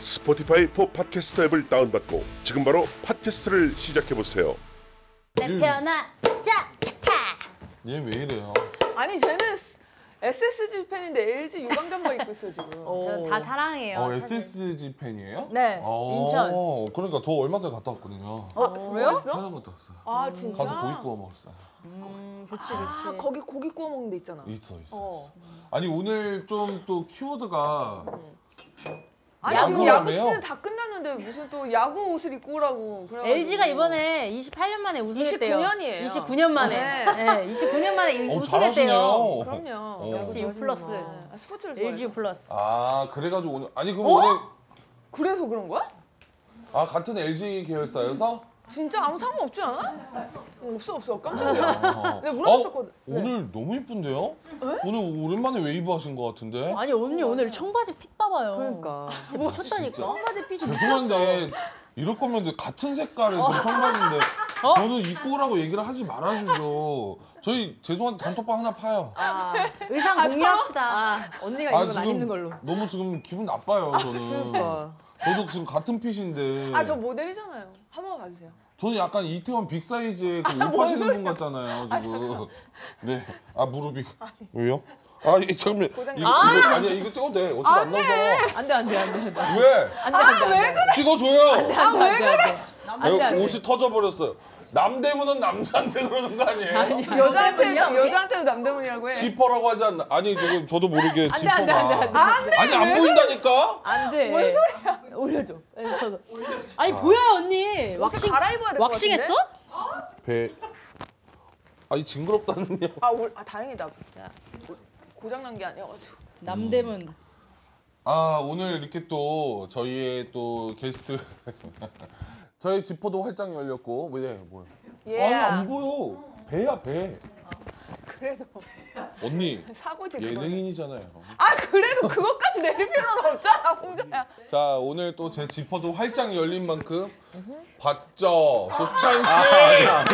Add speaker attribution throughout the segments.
Speaker 1: 스포티파이 포 팟캐스터 앱을 다운받고 지금 바로 팟캐스트를 시작해 보세요.
Speaker 2: 음.
Speaker 3: 내 편아, 자,
Speaker 4: 얘 왜 이래요?
Speaker 5: 아니 쟤는 SSG 팬인데 LG 유광장만 입고 있어 지금.
Speaker 3: 저는 다 사랑해요.
Speaker 4: 어, SSG 팬이에요? 어.
Speaker 5: 네, 인천.
Speaker 4: 그러니까 저 얼마 전에 갔다 왔거든요.
Speaker 5: 어, 그래요?
Speaker 4: 촬영 갔다 왔어요.
Speaker 5: 아 진짜?
Speaker 4: 가서 고기 구워 먹었어요.
Speaker 5: 아, 거기 고기 구워 먹는 데 있잖아.
Speaker 4: 있어, 있어.
Speaker 5: 어.
Speaker 4: 아니 오늘 좀 또 키워드가
Speaker 5: 음, 아니 지금
Speaker 4: 야구라며요?
Speaker 5: 야구 시즌 다 끝났는데 무슨 또 야구 옷을 입고 오라고. 그래가지고.
Speaker 6: LG가 이번에 28년 만에 우승했대요.
Speaker 5: 29년 이에요.
Speaker 6: 29년 만에.
Speaker 5: 네.
Speaker 6: 네, 29년 만에
Speaker 4: 어,
Speaker 6: 우승했대요.
Speaker 4: 잘하시네요.
Speaker 5: 그럼요.
Speaker 4: 어.
Speaker 6: 역시 U 플러스.
Speaker 5: 아, 스포츠를 좋아해.
Speaker 6: LG U 플러스.
Speaker 4: 아 그래가지고 오늘 아니 그럼
Speaker 5: 어?
Speaker 4: 오늘
Speaker 5: 그래서 그런 거야?
Speaker 4: 아 같은 LG 계열사여서
Speaker 5: 진짜 아무 상관 없지 않아? 없어 없어 깜짝이야.
Speaker 4: 어.
Speaker 5: 내가 물어봤었거든. 네.
Speaker 4: 어? 오늘 너무 이쁜데요? 오늘 오랜만에 웨이브 하신 것 같은데?
Speaker 6: 아니 언니 오늘 청바지 핏 봐봐요.
Speaker 7: 그러니까
Speaker 6: 진짜 미쳤다니까.
Speaker 4: 진짜.
Speaker 6: 청바지 핏이
Speaker 4: 아, 죄송한데 이럴 거면 같은 색깔의 저 청바지인데
Speaker 7: 어?
Speaker 4: 저는 입고 오라고 얘기를 하지 말아주죠. 저희 죄송한데 단톡방 하나 파요.
Speaker 6: 의상 공유합시다.
Speaker 7: 아, 언니가 입은 건안 입는 걸로. 그러니까.
Speaker 4: 너무 지금 기분 나빠요 저는. 저도 지금 같은 핏인데.
Speaker 5: 아 저 모델이잖아요. 한번 봐주세요.
Speaker 4: 저는 약간 이태원 빅 사이즈의
Speaker 7: 아,
Speaker 4: 그 옷파시는 분 같잖아요 지금. 네. 아 무릎이. 왜요? 아 이- 잠깐만. 이거, 이거 아니야 이거 찍어도 돼. 어차피 안 나와.
Speaker 7: 안돼 안돼 안돼.
Speaker 4: 왜?
Speaker 7: 네. 아왜 그래?
Speaker 4: 찍어줘요.
Speaker 7: 아왜 그래?
Speaker 4: 아유, 옷이 터져버렸어요. 남대문은 남자한테 그러는 거 아니에요?
Speaker 5: 여자한테 여자한테도 남대문이라고 해.
Speaker 4: 지퍼라고 하지 않나? 아니 지금 저도 모르게 지퍼가
Speaker 7: 안 돼, 안 돼, 안 돼. 아.
Speaker 4: 아니 안 보인다니까?
Speaker 7: 안돼. 뭔 소리야? 올려줘.
Speaker 6: 아니 뭐야 언니. 왁싱
Speaker 5: 갈아입어야 될것
Speaker 6: 왁싱했어?
Speaker 5: 같은데?
Speaker 4: 배 아니 징그럽다는요.
Speaker 5: 아, 올, 아 다행이다. 고장 난 게 아니어가지고.
Speaker 6: 남대문.
Speaker 4: 아 오늘 이렇게 또 저희의 또 게스트 저희 지퍼도 활짝 열렸고 뭐냐 뭐야?
Speaker 5: 예.
Speaker 4: 아니 안 보여 배야 배.
Speaker 5: 그래도 언니 사고지. 그거는.
Speaker 4: 예능인이잖아요.
Speaker 5: 아 그래도 그것까지 내릴 필요는 없잖아 홍자야.
Speaker 4: 자 오늘 또 제 지퍼도 활짝 열린 만큼 봤죠 수찬 씨.
Speaker 5: 아,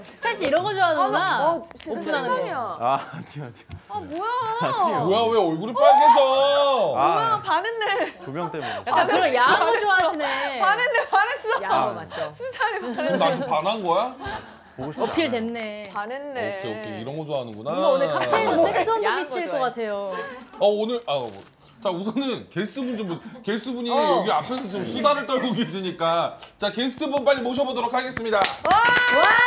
Speaker 6: 스찬 씨 이런 거 좋아하는구나.
Speaker 5: 아 진짜 실망이야.
Speaker 2: 아, 아니요, 아니요.
Speaker 5: 아 뭐야.
Speaker 4: 뭐야 왜 얼굴이 빨개져?
Speaker 5: 아
Speaker 2: 아,
Speaker 5: 반했네.
Speaker 2: 조명 때문에.
Speaker 6: 약간 그런 야한 거 좋아하시네.
Speaker 5: 반했네 반했어. 아,
Speaker 7: 야한 거 맞죠?
Speaker 5: 수산이 반.
Speaker 4: 지금 나한테 반한 거야?
Speaker 2: 보고 싶다.
Speaker 6: 어필 됐네.
Speaker 5: 반했네.
Speaker 4: 오케이 오케이 이런 거 좋아하는구나.
Speaker 6: 뭔가 오늘 칵테일도 섹스온 더
Speaker 7: 야한 거
Speaker 6: 비치일 것
Speaker 7: 좋아해.
Speaker 6: 같아요.
Speaker 4: 아 오늘 아. 뭐. 자 우선은 게스트분 좀 모- 게스트분이
Speaker 7: 어.
Speaker 4: 여기 앞에서 지금 수다를 떨고 계시니까 자 게스트분 빨리 모셔보도록 하겠습니다. 어.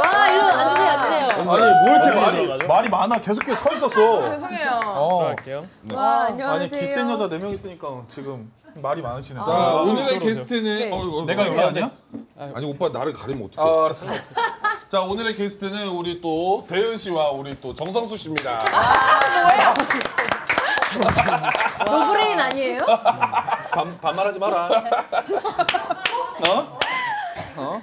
Speaker 6: 와 이거 아, 앉으세요 앉으세요.
Speaker 2: 아니, 뭐 이렇게 말이, 말이 많아. 계속 계속 서 있었어.
Speaker 5: 죄송해요.
Speaker 4: 어.
Speaker 2: 할게요.
Speaker 7: 와
Speaker 2: 아니,
Speaker 7: 안녕하세요.
Speaker 2: 기센 여자 4명 있으니까 지금 말이 많으시네. 아,
Speaker 4: 자 오늘의 게스트는
Speaker 7: 네.
Speaker 4: 어, 어,
Speaker 2: 내가 여기 아니야?
Speaker 4: 아니 오빠 나를 가리면 어떡해?
Speaker 2: 아, 알았어.
Speaker 4: 자 오늘의 게스트는 우리 또 대은 씨와 우리 또 정성수 씨입니다.
Speaker 6: 아, 뭐 노브레인 아니에요?
Speaker 4: 음.
Speaker 2: 반, 반말하지 마라.
Speaker 4: 어?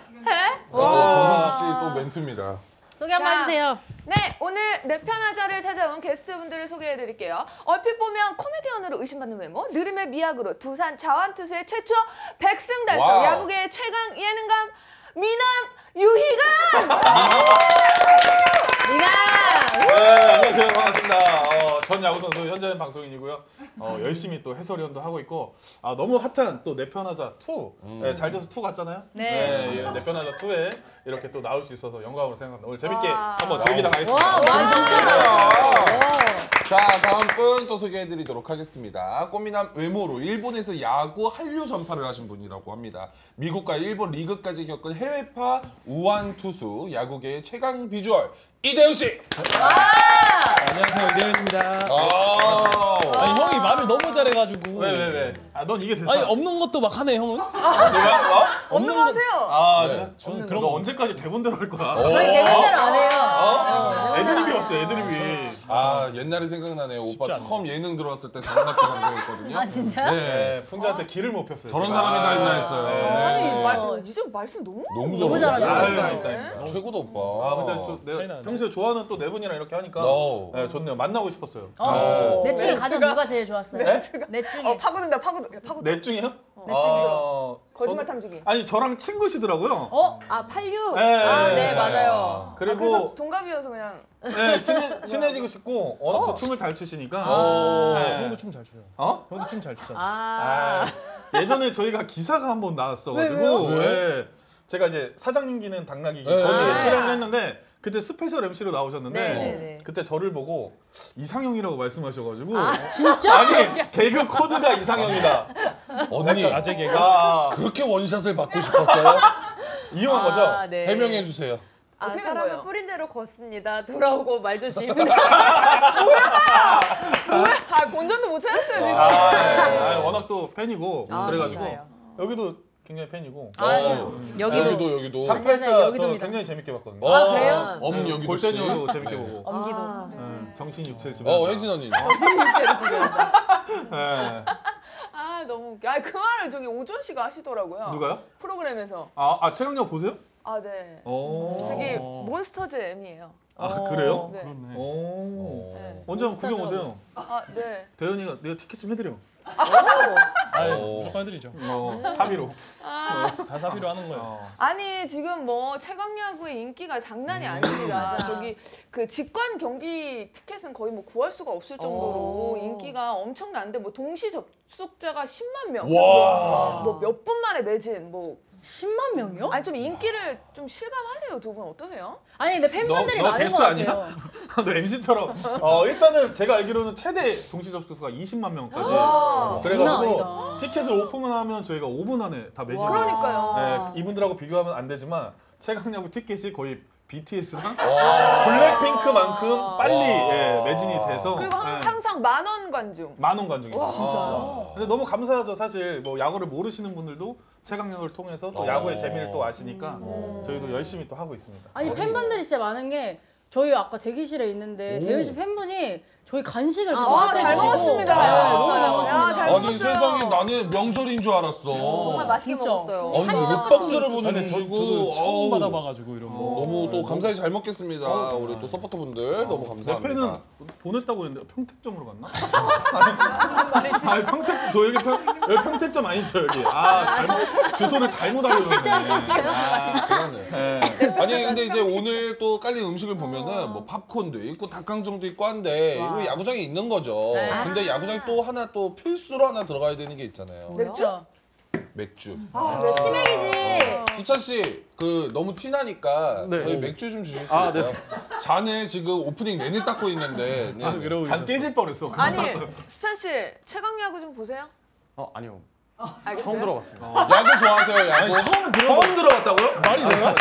Speaker 4: 정성수 씨 또 멘트입니다.
Speaker 6: 소개 한번
Speaker 5: 자.
Speaker 6: 해주세요.
Speaker 5: 네, 오늘 내 편하자를 찾아온 게스트분들을 소개해드릴게요. 얼핏 보면 코미디언으로 의심받는 외모, 느림의 미학으로 두산 자완투수의 최초 백승 달성,
Speaker 4: 와우.
Speaker 5: 야구계의 최강 예능감 미남 유희가
Speaker 6: 니가
Speaker 2: 네, 안녕하세요. 반갑습니다. 어, 전 야구선수, 현재는 방송인이고요. 어, 열심히 또 해설위원도 하고 있고, 아, 너무 핫한 또 내편하자 2.
Speaker 4: 음.
Speaker 2: 네, 잘 돼서 2 갔잖아요.
Speaker 6: 네.
Speaker 2: 네, 예, 내편하자 2에 이렇게 또 나올 수 있어서 영광으로 생각합니다. 오늘 재밌게
Speaker 5: 와.
Speaker 2: 한번 즐기다 가겠습니다.
Speaker 6: 와, 와
Speaker 4: 자 다음 분 또 소개해드리도록 하겠습니다. 꽃미남 외모로 일본에서 야구 한류 전파를 하신 분이라고 합니다. 미국과 일본 리그까지 겪은 해외파 우완 투수 야구계의 최강 비주얼 네, 이대훈 씨.
Speaker 8: 안녕하세요 이대현입니다.
Speaker 4: 아,
Speaker 8: 아니 형이 말을 너무 잘해가지고.
Speaker 2: 왜 왜 왜? 아 넌 이게 대사.
Speaker 8: 아니 없는 것도 막 하네 형은.
Speaker 2: 내가 어?
Speaker 5: 없는 거 하세요.
Speaker 4: 네.
Speaker 2: 아 진짜.
Speaker 8: 저는
Speaker 2: 그럼
Speaker 8: 그런
Speaker 2: 너
Speaker 8: 거
Speaker 2: 언제까지 대본대로 할 거야?
Speaker 4: 어.
Speaker 6: 저희 대본대로 안
Speaker 2: 아.
Speaker 6: 해요.
Speaker 2: 애드립이 없어 애드립이.
Speaker 4: 아 옛날에 생각나네요. 오빠
Speaker 8: 쉽지 않네.
Speaker 4: 처음 예능 들어왔을 때 장갑 감독이었거든요.
Speaker 6: 아 진짜?
Speaker 2: 네, 풍자한테 기를 못 폈어요.
Speaker 4: 저런
Speaker 2: 제가.
Speaker 4: 사람이 다 있나 했어요.
Speaker 5: 아니,
Speaker 4: 네.
Speaker 5: 말, 어, 이제 말씀 너무
Speaker 4: 너무,
Speaker 6: 너무
Speaker 4: 잘하네.
Speaker 2: 아,
Speaker 6: 잘하죠.
Speaker 2: 아니다, 아니다, 아니다.
Speaker 4: 어, 최고다 오빠.
Speaker 2: 아 근데 저
Speaker 8: 차이
Speaker 2: 내가
Speaker 8: 나네.
Speaker 2: 평소에 좋아하는 또 네 분이랑 이렇게 하니까
Speaker 4: No.
Speaker 2: 네, 좋네요. 만나고 싶었어요.
Speaker 6: 어. 내 중에
Speaker 5: 멘트가-
Speaker 6: 가장 누가 제일 좋았어요?
Speaker 2: 네?
Speaker 6: 내 중에.
Speaker 5: 어, 파고든다, 파고든다. 파고
Speaker 2: 넷 중에요? 넷
Speaker 6: 중에요.
Speaker 5: 거짓말 탐지기.
Speaker 2: 아니 저랑 친구시더라고요.
Speaker 6: 어?
Speaker 7: 아, 86?
Speaker 2: 예,
Speaker 7: 아,
Speaker 2: 예,
Speaker 7: 네,
Speaker 2: 예.
Speaker 7: 맞아요.
Speaker 5: 그래서
Speaker 2: 그리고
Speaker 5: 동갑이어서 그냥
Speaker 2: 네, 친해, 친해지고 싶고 워낙 또 춤을 잘 추시니까
Speaker 8: 아,
Speaker 2: 네.
Speaker 8: 형도 춤 잘 추잖아.
Speaker 2: 어?
Speaker 8: 형도 춤 잘 추잖아.
Speaker 7: 아,
Speaker 2: 아, 예전에 저희가 기사가 한 번 나왔어가지고 예. 제가 이제 사장님기는 당나귀기
Speaker 8: 네.
Speaker 2: 거기에
Speaker 4: 아.
Speaker 2: 출연을 했는데 그때 스페셜 MC로 나오셨는데
Speaker 7: 네, 네, 네.
Speaker 2: 그때 저를 보고 이상형이라고 말씀하셔가지고
Speaker 7: 아,
Speaker 6: 진짜?
Speaker 2: 아니 개그 코드가 이상형이다
Speaker 4: 언니
Speaker 8: 아재 개가.
Speaker 2: 아,
Speaker 4: 그렇게 원샷을 받고 싶었어요?
Speaker 2: 이용한 거죠?
Speaker 7: 네.
Speaker 4: 해명해 주세요.
Speaker 7: 아,
Speaker 5: 어떻게 된
Speaker 7: 사람은
Speaker 5: 거예요?
Speaker 7: 뿌린 대로 걷습니다. 돌아오고 말조심.
Speaker 5: 아, 본전도 못 찾았어요, 지금.
Speaker 2: 아, 네. 아, 워낙 또 팬이고 그래가지고
Speaker 7: 맞아요. 아,
Speaker 2: 여기도 굉장히 팬이고
Speaker 4: 여기도 여기도.
Speaker 2: 상팔자
Speaker 6: 맞아요,
Speaker 2: 저
Speaker 6: 네, 여기도입니다.
Speaker 2: 굉장히 재밌게 봤거든요. 음,
Speaker 4: 어,
Speaker 6: 아, 그래요? 네.
Speaker 4: 엄 여기도. 씨.
Speaker 2: 골대녀도 재밌게 보고
Speaker 7: 엄기도.
Speaker 2: 예, 정신 육체를 지배.
Speaker 4: 어 혜진 언니.
Speaker 5: 아, 너무 웃겨. 아, 그 말을 저기 오존 씨가 하시더라고요.
Speaker 2: 누가요?
Speaker 5: 프로그램에서.
Speaker 2: 아, 아 최강력 보세요?
Speaker 5: 아, 네.
Speaker 2: 어.
Speaker 5: 저기 몬스터즈 M이에요.
Speaker 2: 아
Speaker 6: 어.
Speaker 2: 그래요?
Speaker 5: 네.
Speaker 2: 오.
Speaker 5: 네.
Speaker 2: 언제 한번 구경 오세요.
Speaker 5: 아, 네.
Speaker 2: 대현이가 내가 티켓 좀 해드려.
Speaker 8: 아,
Speaker 4: 어.
Speaker 8: 무조건 해드리죠.
Speaker 2: 어, 사비로.
Speaker 8: 다 사비로 하는 거예요.
Speaker 5: 아니 지금 뭐 체감야구의 인기가 장난이 아닙니다. 저기 그 직관 경기 티켓은 거의 뭐 구할 수가 없을 정도로 인기가 엄청난데 뭐 동시 접속자가 10만 명.
Speaker 4: 와.
Speaker 5: 뭐 몇 분 만에 매진 뭐
Speaker 6: 10만 명이요?
Speaker 5: 아니 좀 인기를 좀 실감하세요 두 분 어떠세요?
Speaker 6: 아니 근데 팬분들이
Speaker 2: 너-
Speaker 6: 많은
Speaker 2: 너
Speaker 6: 것
Speaker 2: 게스트 아니야?
Speaker 6: 같아요.
Speaker 2: 너 MC처럼. 어 일단은 제가 알기로는 최대 동시 접속수가 20만 명까지.
Speaker 6: 장난
Speaker 2: 그래가지고 티켓을 오픈만 하면 저희가 5분 안에 다 매진.
Speaker 5: 그러니까요.
Speaker 2: 네, 이분들하고 비교하면 안 되지만 최강야구 티켓이 거의 BTS나 블랙핑크만큼 빨리 예, 매진이 돼서
Speaker 5: 그리고 항, 항상 만원 관중.
Speaker 2: 만원 관중입니다.
Speaker 5: 진짜요?
Speaker 2: 근데 너무 감사하죠. 사실 뭐 야구를 모르시는 분들도 최강력을 통해서 또
Speaker 5: 아.
Speaker 4: 어.
Speaker 2: 야구의 재미를 또 아시니까
Speaker 5: 음.
Speaker 2: 저희도 열심히 또 하고 있습니다.
Speaker 6: 아니 팬분들이 진짜 많은 게 저희 아까 대기실에 있는데 대현 씨 팬분이 저희 간식을
Speaker 9: 어,
Speaker 6: 계속
Speaker 5: 아,
Speaker 6: 갖다
Speaker 5: 잘
Speaker 6: 주시고
Speaker 5: 먹었습니다.
Speaker 6: 네, 너무
Speaker 5: 야,
Speaker 6: 잘 먹었습니다.
Speaker 5: 잘
Speaker 4: 아니
Speaker 5: 먹었어요.
Speaker 4: 세상에 나는 명절인 줄 알았어.
Speaker 7: 정말 맛있게
Speaker 6: 진짜.
Speaker 7: 먹었어요.
Speaker 4: 아니
Speaker 6: 한정 같은 게
Speaker 4: 육박스를
Speaker 6: 있어요.
Speaker 4: 보는
Speaker 8: 근데 저,
Speaker 4: 주고
Speaker 8: 저도 처음
Speaker 4: 어우,
Speaker 8: 받아봐가지고 이런 거.
Speaker 4: 너무 또 감사히 잘 먹겠습니다. 우리 또 서포터분들 너무
Speaker 2: 내
Speaker 4: 감사합니다.
Speaker 2: 팬은 보냈다고 했는데 평택점으로 갔나? 아니, 아니 평택 저 여기 평 여기 평택점 아니죠 여기. 아 잘못 주소를 잘못
Speaker 5: 아,
Speaker 2: 알고
Speaker 6: 짤도
Speaker 2: 있었네. 아,
Speaker 6: 있어요.
Speaker 4: 불안해. 아니 근데 이제 오늘 또 깔린 음식을 보면은 뭐 팝콘도 있고 닭강정도 있고 한데 이거 야구장에 있는 거죠. 근데 야구장에 또 하나 또 필수로 하나 들어가야 되는 게 있잖아요.
Speaker 6: 그렇죠.
Speaker 4: 맥주.
Speaker 6: 치맥이지.
Speaker 4: 수찬 씨, 그 너무 티 나니까
Speaker 2: 네.
Speaker 4: 그러니까 저희
Speaker 2: 오.
Speaker 4: 맥주 좀 주실 수
Speaker 2: 아,
Speaker 4: 있어요? 잔에 지금 오프닝 내내 닦고 있는데 네.
Speaker 8: 계속 이러고
Speaker 2: 잔
Speaker 8: 계셨어.
Speaker 2: 깨질 뻔했어.
Speaker 5: 아니 수찬 씨 최강야구 좀 보세요.
Speaker 9: 어 아니요
Speaker 5: 알겠어요.
Speaker 9: 처음 들어봤습니다.
Speaker 4: 야구 좋아하세요? 야구? 처음
Speaker 2: 처음 들어갔다고요? 아, 말이 돼요?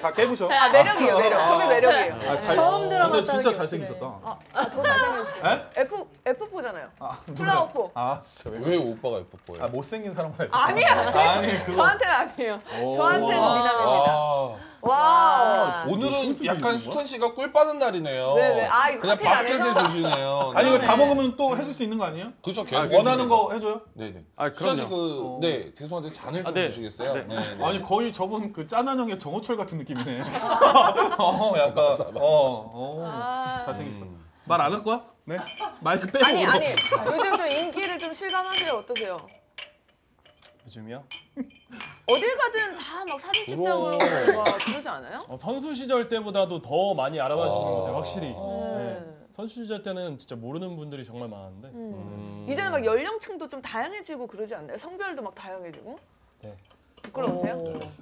Speaker 2: 다 깨부셔.
Speaker 5: 아 매력이에요 매력. 저게 매력이에요.
Speaker 2: 아, 잘,
Speaker 6: 처음 들어봤다는
Speaker 2: 근데 진짜
Speaker 6: 게
Speaker 2: 잘생기셨다.
Speaker 5: 아, 아, 더 잘생겼어요. F F4잖아요. 플라워포.
Speaker 2: 아 진짜 왜?
Speaker 4: 왜 오빠가 예뻐 보여?
Speaker 2: 아 못생긴 사람과 예뻐.
Speaker 5: 아니에요.
Speaker 2: 아니 그거
Speaker 5: 저한테는 아니에요. 저한테는 미남입니다.
Speaker 4: 아,
Speaker 5: 와우.
Speaker 4: 오늘은 약간
Speaker 2: 소리인가?
Speaker 4: 수찬 씨가 꿀 빠는 날이네요.
Speaker 5: 네, 네. 아, 이거
Speaker 4: 그냥
Speaker 5: 커피 안
Speaker 4: 바스켓에
Speaker 5: 해서?
Speaker 4: 주시네요.
Speaker 2: 아니 이거 다 먹으면 또 해줄 수 있는 거 아니에요?
Speaker 4: 그죠
Speaker 2: 아,
Speaker 4: 계속
Speaker 2: 원하는 거 해줘요?
Speaker 4: 네네.
Speaker 9: 아,
Speaker 4: 수찬 씨
Speaker 9: 그럼요.
Speaker 4: 그, 네, 죄송한데 잔을 좀
Speaker 9: 네.
Speaker 4: 주시겠어요?
Speaker 9: 네.
Speaker 2: 아니 거의 저분 그 짠한 형의 정호철 같은 느낌이네.
Speaker 8: 아.
Speaker 2: 어 약간 어, 어 잘생기시다.
Speaker 4: 음.
Speaker 2: 말 안 할 거야? 네. 마이크 빼고.
Speaker 5: 아니 아니 네. 요즘 좀 인기를 좀 실감하세요 어떠세요?
Speaker 8: 요즘이요?
Speaker 5: 어딜 가든 다 막 사진 찍자고
Speaker 4: 부러워.
Speaker 5: 막 그러지 않아요?
Speaker 8: 어, 선수 시절 때보다도 더 많이 알아봐 주시는 것 같아요, 확실히.
Speaker 5: 네.
Speaker 8: 네. 선수 시절 때는 진짜 모르는 분들이 정말 많았는데
Speaker 6: 음.
Speaker 2: 음.
Speaker 5: 이제는 막 연령층도 좀 다양해지고 그러지 않나요? 성별도 막 다양해지고.
Speaker 8: 네.
Speaker 5: 부끄러우세요?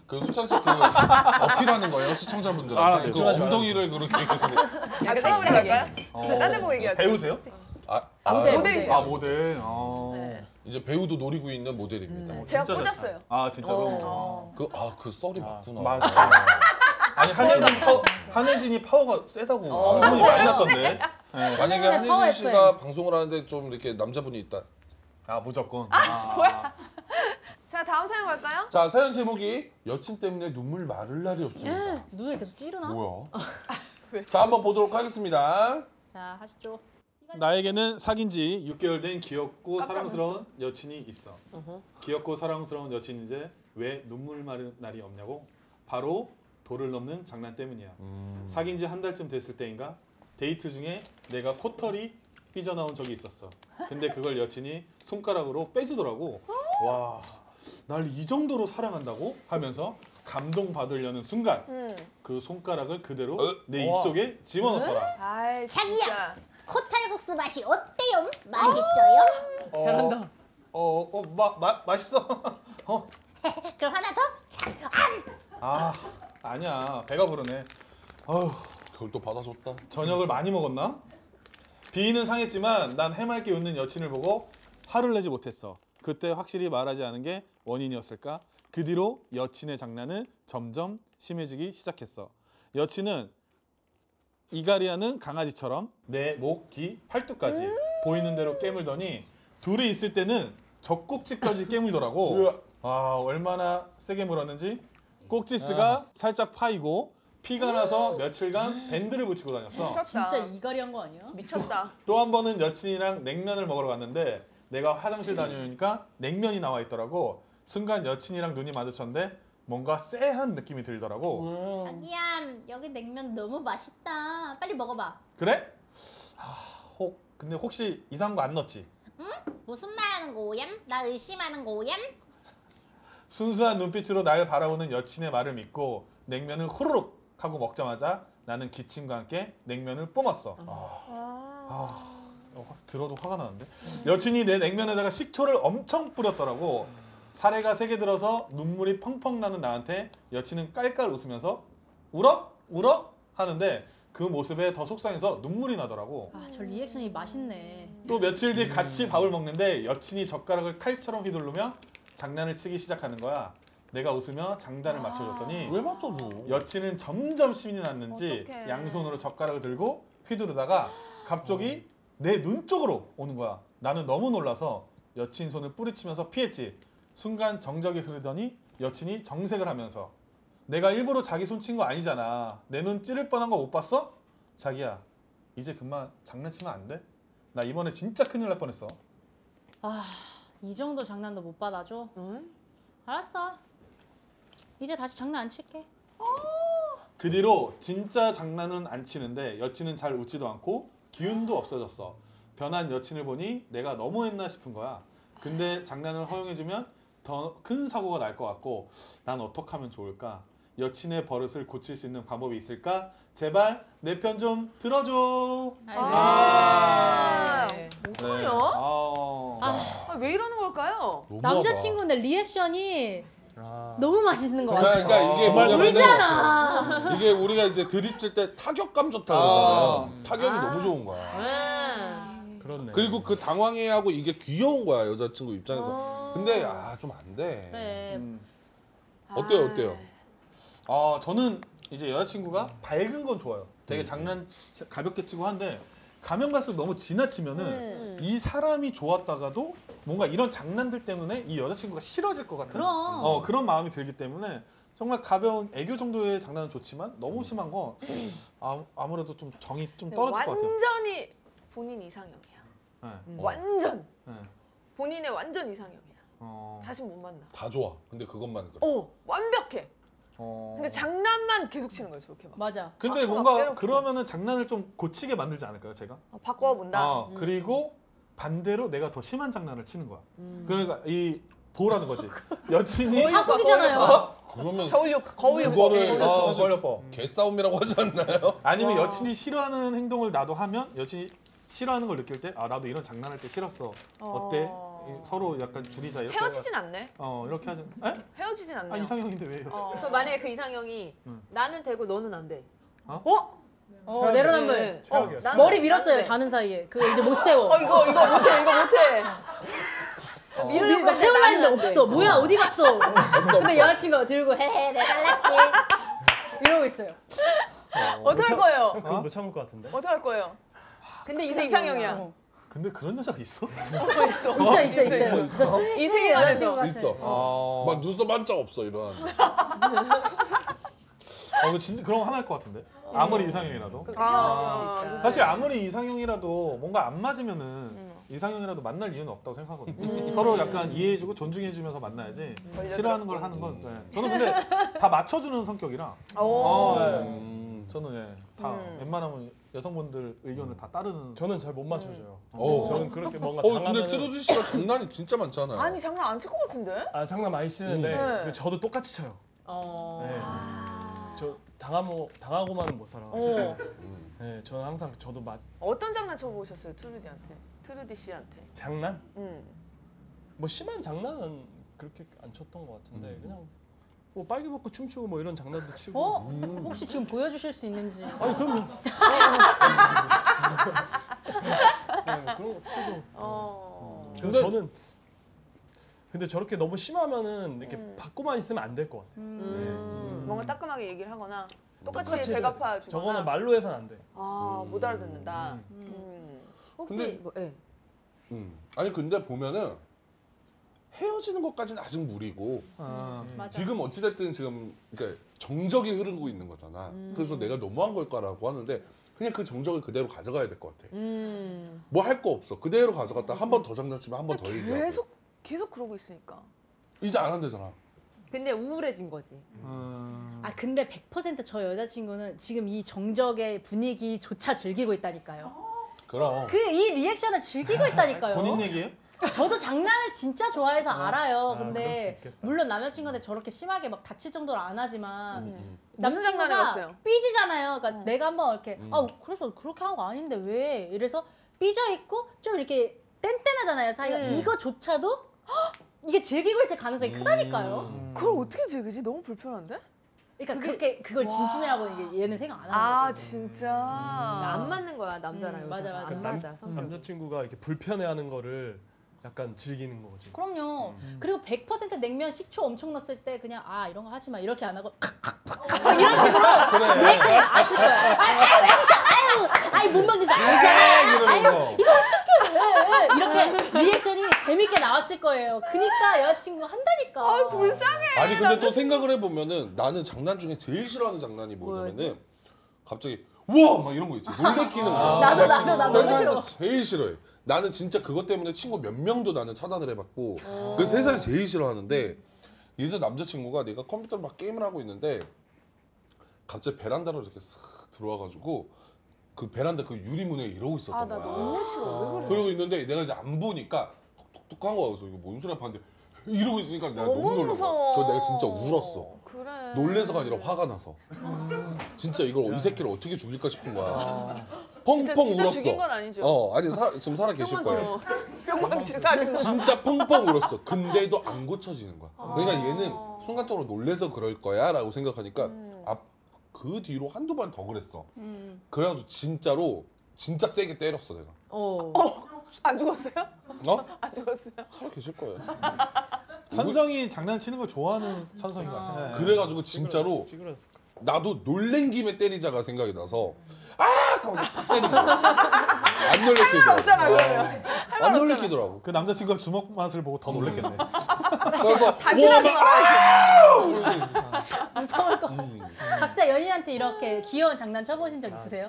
Speaker 4: 그 수찬 씨그 어필하는 거예요
Speaker 8: 아,
Speaker 4: 시청자분들한테 그
Speaker 8: 집중하지
Speaker 2: 그렇죠.
Speaker 8: 말아요.
Speaker 4: 엉덩이를 그렇게
Speaker 5: 아, 쳐다보지 말까요? 딴데 보고 얘기할게요. 네.
Speaker 2: 배우세요?
Speaker 4: 아, 아,
Speaker 10: 네,
Speaker 6: 모델
Speaker 5: 모델.
Speaker 6: 모델.
Speaker 2: 아 모델. 아.
Speaker 5: 네.
Speaker 4: 이제 배우도 노리고 있는
Speaker 6: 음.
Speaker 4: 모델입니다.
Speaker 5: 제가
Speaker 2: 아, 진짜 잘-
Speaker 5: 꽂았어요.
Speaker 2: 아 진짜로.
Speaker 4: 그 아 그 썰이 맞구나.
Speaker 2: 맞아. 아니 한혜진 파워, 한혜진이 파워가 세다고 소문이 많이 났던데. 예.
Speaker 4: 만약에
Speaker 6: 한혜진의 아, 파워
Speaker 4: 한혜진
Speaker 6: FM.
Speaker 4: 씨가 방송을 하는데 좀 이렇게 남자분이 있다.
Speaker 2: 아 무조건.
Speaker 5: 자 다음 사연 갈까요?
Speaker 4: 자 사연 제목이 여친 때문에 눈물 마를 날이 없습니다.
Speaker 6: 예, 눈을 계속 찌르나? 아,
Speaker 4: 뭐야? 자 한번 보도록 하겠습니다.
Speaker 6: 자 하시죠.
Speaker 2: 나에게는 사귄 지 6개월 된 귀엽고 사랑스러운 여친이 있어. 귀엽고 사랑스러운 여친인데 왜 눈물 마른 날이 없냐고? 바로 도를 넘는 장난 때문이야. 사귄 지 한 달쯤 됐을 때인가 데이트 중에 내가 코털이 삐져나온 적이 있었어. 근데 그걸 여친이 손가락으로 빼주더라고.
Speaker 6: 어?
Speaker 2: 와, 날 이 정도로 사랑한다고 하면서 감동 받으려는 순간
Speaker 6: 음.
Speaker 2: 그 손가락을 그대로
Speaker 4: 어?
Speaker 2: 내 입속에 집어넣더라.
Speaker 6: 네?
Speaker 5: 아이, 자기야.
Speaker 9: 코탈국수 맛이 어때요? 맛있죠요?
Speaker 2: 잘한다. 어, 어, 마, 마, 맛있어. 어,
Speaker 9: 그럼 하나 더? 자, 암!
Speaker 2: 아, 아니야. 배가 부르네. 어휴,
Speaker 4: 그걸 또 받아줬다.
Speaker 2: 저녁을 많이 먹었나? 비위는 상했지만 난 해맑게 웃는 여친을 보고 화를 내지 못했어. 그때 확실히 말하지 않은 게 원인이었을까? 그 뒤로 여친의 장난은 점점 심해지기 시작했어. 여친은 이가리아는 강아지처럼 내 목, 귀, 팔뚝까지 보이는 대로 깨물더니 둘이 있을 때는 젖꼭지까지 깨물더라고. 아 얼마나 세게 물었는지 꼭지스가 살짝 파이고 피가 나서 며칠간 밴드를 붙이고 다녔어.
Speaker 5: 미쳤다.
Speaker 6: 진짜 이갈이 한 거 아니야?
Speaker 5: 미쳤다.
Speaker 2: 또 한 번은 여친이랑 냉면을 먹으러 갔는데 내가 화장실 다녀오니까 냉면이 나와 있더라고. 순간 여친이랑 눈이 마주쳤는데 뭔가 쎄한 느낌이 들더라고.
Speaker 6: 어.
Speaker 9: 자기야, 여기 냉면 너무 맛있다. 빨리 먹어봐.
Speaker 2: 그래? 아, 혹 근데 혹시 이상한 거 안 넣었지?
Speaker 9: 무슨 말하는 거야? 나 의심하는 거야?
Speaker 2: 순수한 눈빛으로 날 바라보는 여친의 말을 믿고 냉면을 후루룩 하고 먹자마자 나는 기침과 함께 냉면을 뿜었어. 아, 어, 들어도 화가 나는데. 여친이 내 냉면에다가 식초를 엄청 뿌렸더라고. 사례가 세게 들어서 눈물이 펑펑 나는 나한테 여친은 깔깔 웃으면서 울어? 울어? 하는데 그 모습에 더 속상해서 눈물이 나더라고.
Speaker 6: 아 저
Speaker 9: 음.
Speaker 6: 리액션이 맛있네.
Speaker 2: 또 며칠 뒤 같이 밥을 먹는데 여친이 젓가락을 칼처럼 휘두르며 장난을 치기 시작하는 거야. 내가 웃으며 장단을 맞춰줬더니
Speaker 4: 왜 맞춰줘?
Speaker 2: 여친은 점점 신이 났는지
Speaker 5: 어떡해.
Speaker 2: 양손으로 젓가락을 들고 휘두르다가 갑자기 내 눈 쪽으로 오는 거야. 나는 너무 놀라서 여친 손을 뿌리치면서 피했지. 순간 정적이 흐르더니 여친이 정색을 하면서 내가 일부러 자기 손 친 거 아니잖아. 내 눈 찌를 뻔한 거 못 봤어? 자기야 이제 그만 장난치면 안 돼? 나 이번에 진짜 큰일 날 뻔했어.
Speaker 6: 아, 이 정도 장난도 못 받아줘? 알았어. 이제 다시 장난 안 칠게.
Speaker 2: 그 뒤로 진짜 장난은 안 치는데 여친은 잘 웃지도 않고 기운도 없어졌어. 변한 여친을 보니 내가 너무했나 싶은 거야. 근데 장난을 허용해주면 더 큰 사고가 날 것 같고 난 어떻게 하면 좋을까? 여친의 버릇을 고칠 수 있는 방법이 있을까? 제발 내 편 좀 들어줘.
Speaker 10: 아.
Speaker 5: 아,
Speaker 2: 네.
Speaker 5: 뭐야?
Speaker 2: 아,
Speaker 5: 아, 왜 이러는 걸까요?
Speaker 6: 남자친구인데 리액션이 너무 맛있는 것
Speaker 4: 그러니까,
Speaker 6: 같아.
Speaker 4: 그러니까 이게
Speaker 8: 정말
Speaker 4: 뭐냐면은
Speaker 6: 울잖아.
Speaker 4: 이게 우리가 이제 드립칠 때 타격감 좋다
Speaker 2: 아.
Speaker 4: 그러잖아요. 타격이 너무 좋은 거야.
Speaker 8: 그렇네.
Speaker 4: 그리고 그 당황해하고 이게 귀여운 거야 여자친구 입장에서. 근데 아 좀 안 돼.
Speaker 6: 그래.
Speaker 2: 음.
Speaker 4: 어때요 어때요?
Speaker 2: 아 저는 이제 여자친구가 밝은 건 좋아요. 되게 장난 치- 가볍게 치고 한데 가면 갈수록 너무 지나치면은 이 사람이 좋았다가도 뭔가 이런 장난들 때문에 이 여자친구가 싫어질 것 같은
Speaker 6: 그럼.
Speaker 2: 어, 그런 마음이 들기 때문에 정말 가벼운 애교 정도의 장난은 좋지만 너무 심한 건 아, 아무래도 좀 정이 좀 떨어질 것
Speaker 5: 네,
Speaker 2: 같아요.
Speaker 5: 완전히 본인 이상형이야.
Speaker 2: 네.
Speaker 5: 완전
Speaker 2: 네.
Speaker 5: 본인의 완전 이상형이야.
Speaker 2: 어,
Speaker 5: 다시 못 만나.
Speaker 4: 다 좋아. 근데 그것만 그래.
Speaker 5: 어 완벽해.
Speaker 2: 어.
Speaker 5: 근데 장난만 계속 치는 거예요 저렇게 막.
Speaker 6: 맞아.
Speaker 2: 근데
Speaker 5: 막
Speaker 2: 뭔가
Speaker 5: 때려-
Speaker 2: 그러면은 장난을 좀 고치게 만들지 않을까요, 제가?
Speaker 5: 아, 바꿔본다.
Speaker 2: 어, 그리고 반대로 내가 더 심한 장난을 치는 거야. 그러니까 이 보라는 거지. 여친이
Speaker 6: 한국이잖아요.
Speaker 4: 그러면
Speaker 5: 겨울욕 거울욕.
Speaker 4: 이거를
Speaker 2: 어,
Speaker 4: 사실
Speaker 2: 걸려퍼.
Speaker 4: 개싸움이라고 하지 않나요?
Speaker 2: 아니면 여친이 싫어하는 행동을 나도 하면 여친이 싫어하는 걸 느낄 때 아 나도 이런 장난할 때 싫었어. 어때? 이- 서로 약간 줄이자 이렇게.
Speaker 5: 헤어지진 않네.
Speaker 2: 어 이렇게 하자. 에?
Speaker 5: 헤어지진 않네요.
Speaker 2: 아 이상형인데 왜 헤어져?
Speaker 5: 어.
Speaker 10: 그래서 만약에 그 이상형이
Speaker 2: 음.
Speaker 10: 나는 되고 너는 안 돼.
Speaker 5: 어?
Speaker 6: 어, 내로남불.
Speaker 2: 최악이야.
Speaker 10: 나는
Speaker 6: 머리
Speaker 10: 안
Speaker 6: 밀었어요.
Speaker 10: 돼.
Speaker 6: 자는 사이에. 그 이제 못 세워.
Speaker 5: 어 이거 이거 못해 이거 못해.
Speaker 10: 밀으려고 했는데
Speaker 6: 막
Speaker 10: 어.
Speaker 6: 세울 라인도
Speaker 10: 나는 안 돼.
Speaker 6: 없어. 뭐야 어디 갔어? 근데 여자친구가 들고
Speaker 9: 그래,
Speaker 6: 헤헤
Speaker 9: 내가 갈랐지.
Speaker 6: 이러고 있어요.
Speaker 10: 어떡할 거예요?
Speaker 2: 그건 못 참을 것 같은데.
Speaker 10: 어떡할 거예요?
Speaker 5: 근데
Speaker 10: 이상형이야.
Speaker 2: 근데 그런 여자가 있어? 아,
Speaker 10: 있어.
Speaker 6: 있어, 있어, 있어.
Speaker 10: 있어,
Speaker 6: 있어.
Speaker 10: 있어.
Speaker 6: 쓰-
Speaker 10: 이
Speaker 6: 쓰는
Speaker 10: 세계 안에서.
Speaker 6: 여자친구 같은.
Speaker 4: 있어.
Speaker 2: 아.
Speaker 4: 막 눈썹 반짝 없어 이런.
Speaker 2: 아, 이거 진짜 그럼 화날 것 같은데. 아무리 이상형이라도.
Speaker 5: 음.
Speaker 10: 아,
Speaker 2: 사실 아무리 이상형이라도 뭔가 안 맞으면은
Speaker 5: 음.
Speaker 2: 이상형이라도 만날 이유는 없다고 생각하거든요. 서로 약간 이해해주고 존중해주면서 만나야지
Speaker 5: 음.
Speaker 2: 싫어하는 걸 하는 건. 네. 저는 근데 다 맞춰주는 성격이라.
Speaker 10: 오.
Speaker 2: 어, 네.
Speaker 4: 음.
Speaker 2: 저는 예, 다
Speaker 10: 음.
Speaker 2: 웬만하면 여성분들 의견을 다 따르는.
Speaker 11: 저는 잘 못 맞춰줘요.
Speaker 4: 오.
Speaker 2: 저-
Speaker 11: 저는 그렇게 뭔가
Speaker 4: 어 근데
Speaker 11: 당하면은-
Speaker 4: 트루지 씨가 장난이 진짜 많잖아요.
Speaker 10: 아니 장난 안 칠 것 같은데?
Speaker 11: 아 장난 많이 치는데
Speaker 10: 음. 네.
Speaker 11: 근데 저도 똑같이 쳐요.
Speaker 5: 어.
Speaker 11: 네. 저 당하고 당하고만은 못 살아.
Speaker 10: 어.
Speaker 11: 네, 저는 항상 저도 맞
Speaker 10: 어떤 장난 쳐보셨어요 트루디한테? 트루디 씨한테?
Speaker 11: 장난
Speaker 10: 음.
Speaker 11: 뭐 심한 장난은 그렇게 안 쳤던 것 같은데 그냥 뭐 빨개 벗고 춤추고 뭐 이런 장난도 치고.
Speaker 6: 어? 혹시 지금 보여주실 수 있는지.
Speaker 11: 아니 그럼 네, 그런 것도 치고.
Speaker 10: 어.
Speaker 11: 근데 저는 근데 저렇게 너무 심하면은 이렇게 받고만 있으면 안 될 것 같아요.
Speaker 10: 음. 뭔가 따끔하게 얘기를 하거나 똑같이,
Speaker 11: 똑같이
Speaker 10: 배가
Speaker 11: 해줘야 돼.
Speaker 10: 파주거나
Speaker 11: 저거는 말로 해선 안 돼.
Speaker 10: 아못 알아듣는다. 음.
Speaker 5: 혹시
Speaker 4: 근데-
Speaker 5: 뭐, 예.
Speaker 4: 음. 아니 근데 보면은 헤어지는 것까지는 아직 무리고
Speaker 6: 맞아.
Speaker 4: 지금 어찌됐든 지금 그러니까 정적이 흐르고 있는 거잖아. 그래서 내가 너무한 걸까라고 하는데 그냥 그 정적을 그대로 가져가야 될 것 같아. 뭐 할 거 없어. 그대로 가져갔다 한 번 더 장난치면 한
Speaker 5: 아,
Speaker 4: 번 더 얘기하고.
Speaker 10: 계속 계속 그러고 있으니까.
Speaker 4: 이제 안 한대잖아.
Speaker 5: 근데 우울해진 거지.
Speaker 6: 아 근데 100%저 여자친구는 지금 이 정적의 분위기조차 즐기고 있다니까요.
Speaker 4: 그럼.
Speaker 6: 그 이 리액션을 즐기고 있다니까요.
Speaker 2: 본인 얘기예요?
Speaker 6: 저도 장난을 진짜 좋아해서 알아요.
Speaker 2: 아, 그럴 수
Speaker 6: 근데
Speaker 2: 있겠다.
Speaker 6: 물론 남자친구한테 저렇게 심하게 막 다칠 정도는 안
Speaker 2: 음,
Speaker 6: 하지만
Speaker 10: 무슨 장난을
Speaker 6: 남자친구가
Speaker 10: 했어요?
Speaker 6: 삐지잖아요. 그러니까 내가 한번 이렇게
Speaker 2: 음.
Speaker 6: 아 그래서 그렇게 한 거 아닌데 왜 이래서 삐져 있고 좀 이렇게 뗀뗀하잖아요 사이가 이거조차도 헉! 이게 즐기고 있을 가능성이
Speaker 2: 음.
Speaker 6: 크다니까요.
Speaker 10: 그걸 어떻게 즐기지? 너무 불편한데?
Speaker 6: 그러니까 그렇게 그걸 진심이라고 이게 얘는 생각 안 하는 거죠.
Speaker 10: 아 진짜.
Speaker 5: 안 맞는 거야 남자랑
Speaker 6: 음,
Speaker 5: 여자.
Speaker 6: 맞아, 맞아.
Speaker 5: 안
Speaker 2: 남-
Speaker 5: 맞아 성격.
Speaker 11: 남자친구가 이렇게 불편해하는 거를 약간 즐기는 거지.
Speaker 6: 그럼요. 그리고 100% 냉면 식초 엄청 넣었을 때 그냥 아 이런 거 하지 마 이렇게 안 하고
Speaker 5: 어.
Speaker 6: 이런 식으로 리액션이 나왔을 거야. 아왜 하셔? 아유, 아이 못 먹는다. 알잖아. 아유, 이거 어떻게 해? 이렇게 리액션이 재밌게 나왔을 거예요. 그니까 여자친구가 한다니까. 아 불쌍해.
Speaker 4: 아니 근데 또 생각을 해보면은 나는 장난 중에 제일 싫어하는 장난이 뭐냐면은 갑자기 우와 막 이런 거 있지 놀래키는 거
Speaker 6: 나도, 나도, 나도 너무
Speaker 4: 세상에서 제일 싫어해 나는 진짜 그것 때문에 친구 몇 명도 나는 차단을 해봤고 그 세상에 제일 싫어하는데 예전 남자친구가 내가 컴퓨터로 막 게임을 하고 있는데 갑자기 베란다로 이렇게 쓱 들어와가지고 그 베란다 그 유리문에 이러고 있었던
Speaker 10: 아나
Speaker 4: 거야
Speaker 10: 너무 싫어. 왜 그래?
Speaker 4: 그러고 있는데 내가 이제 안 보니까 톡톡한 거야 그래서 이거 뭔 소리야 봤는데 이러고 있으니까 내가 너무,
Speaker 10: 너무
Speaker 4: 놀라서
Speaker 10: 무서워. 네.
Speaker 4: 그 내가 진짜 울었어 음.
Speaker 10: 그래.
Speaker 4: 놀래서가 아니라 화가 나서 진짜 이걸 이 새끼를 어떻게 죽일까 싶은 거야
Speaker 10: 아. 진짜,
Speaker 4: 펑펑
Speaker 10: 진짜
Speaker 4: 울었어
Speaker 10: 죽인 건 아니죠?
Speaker 4: 어 아니 사- 지금 살아 계실 거예요
Speaker 10: 어. 뿅망치 살인.
Speaker 4: 진짜 펑펑 울었어 근데도 안 고쳐지는 거야
Speaker 10: 아.
Speaker 4: 그러니까 얘는 순간적으로 놀래서 그럴 거야 라고 생각하니까
Speaker 10: 음.
Speaker 4: 앞, 그 뒤로 한두 번 더 그랬어 그래가지고 진짜로 진짜 세게 때렸어 내가
Speaker 5: 어.
Speaker 10: 안 죽었어요?
Speaker 4: 어?
Speaker 10: 안 죽었어요?
Speaker 4: 살아 계실 거예요
Speaker 2: 찬성이 장난치는 걸 좋아하는 예. 찬성인 것 같아요.
Speaker 4: 그래가지고 진짜로 나도 놀랜 김에 때리자가 생각이 나서 아! 하고 팍 때리는 거야. 안 놀래키더라고. 어.
Speaker 10: 없잖아, 그러면.
Speaker 4: 안 놀래키더라고.
Speaker 2: 그 남자친구가 주먹 맛을 보고 더
Speaker 6: 음.
Speaker 2: 놀랬겠네.
Speaker 4: 그래서
Speaker 10: 다시는
Speaker 4: 막-
Speaker 10: 안
Speaker 6: 무서울 거. 각자 연인한테 이렇게 귀여운 장난 쳐보신 적 있으세요?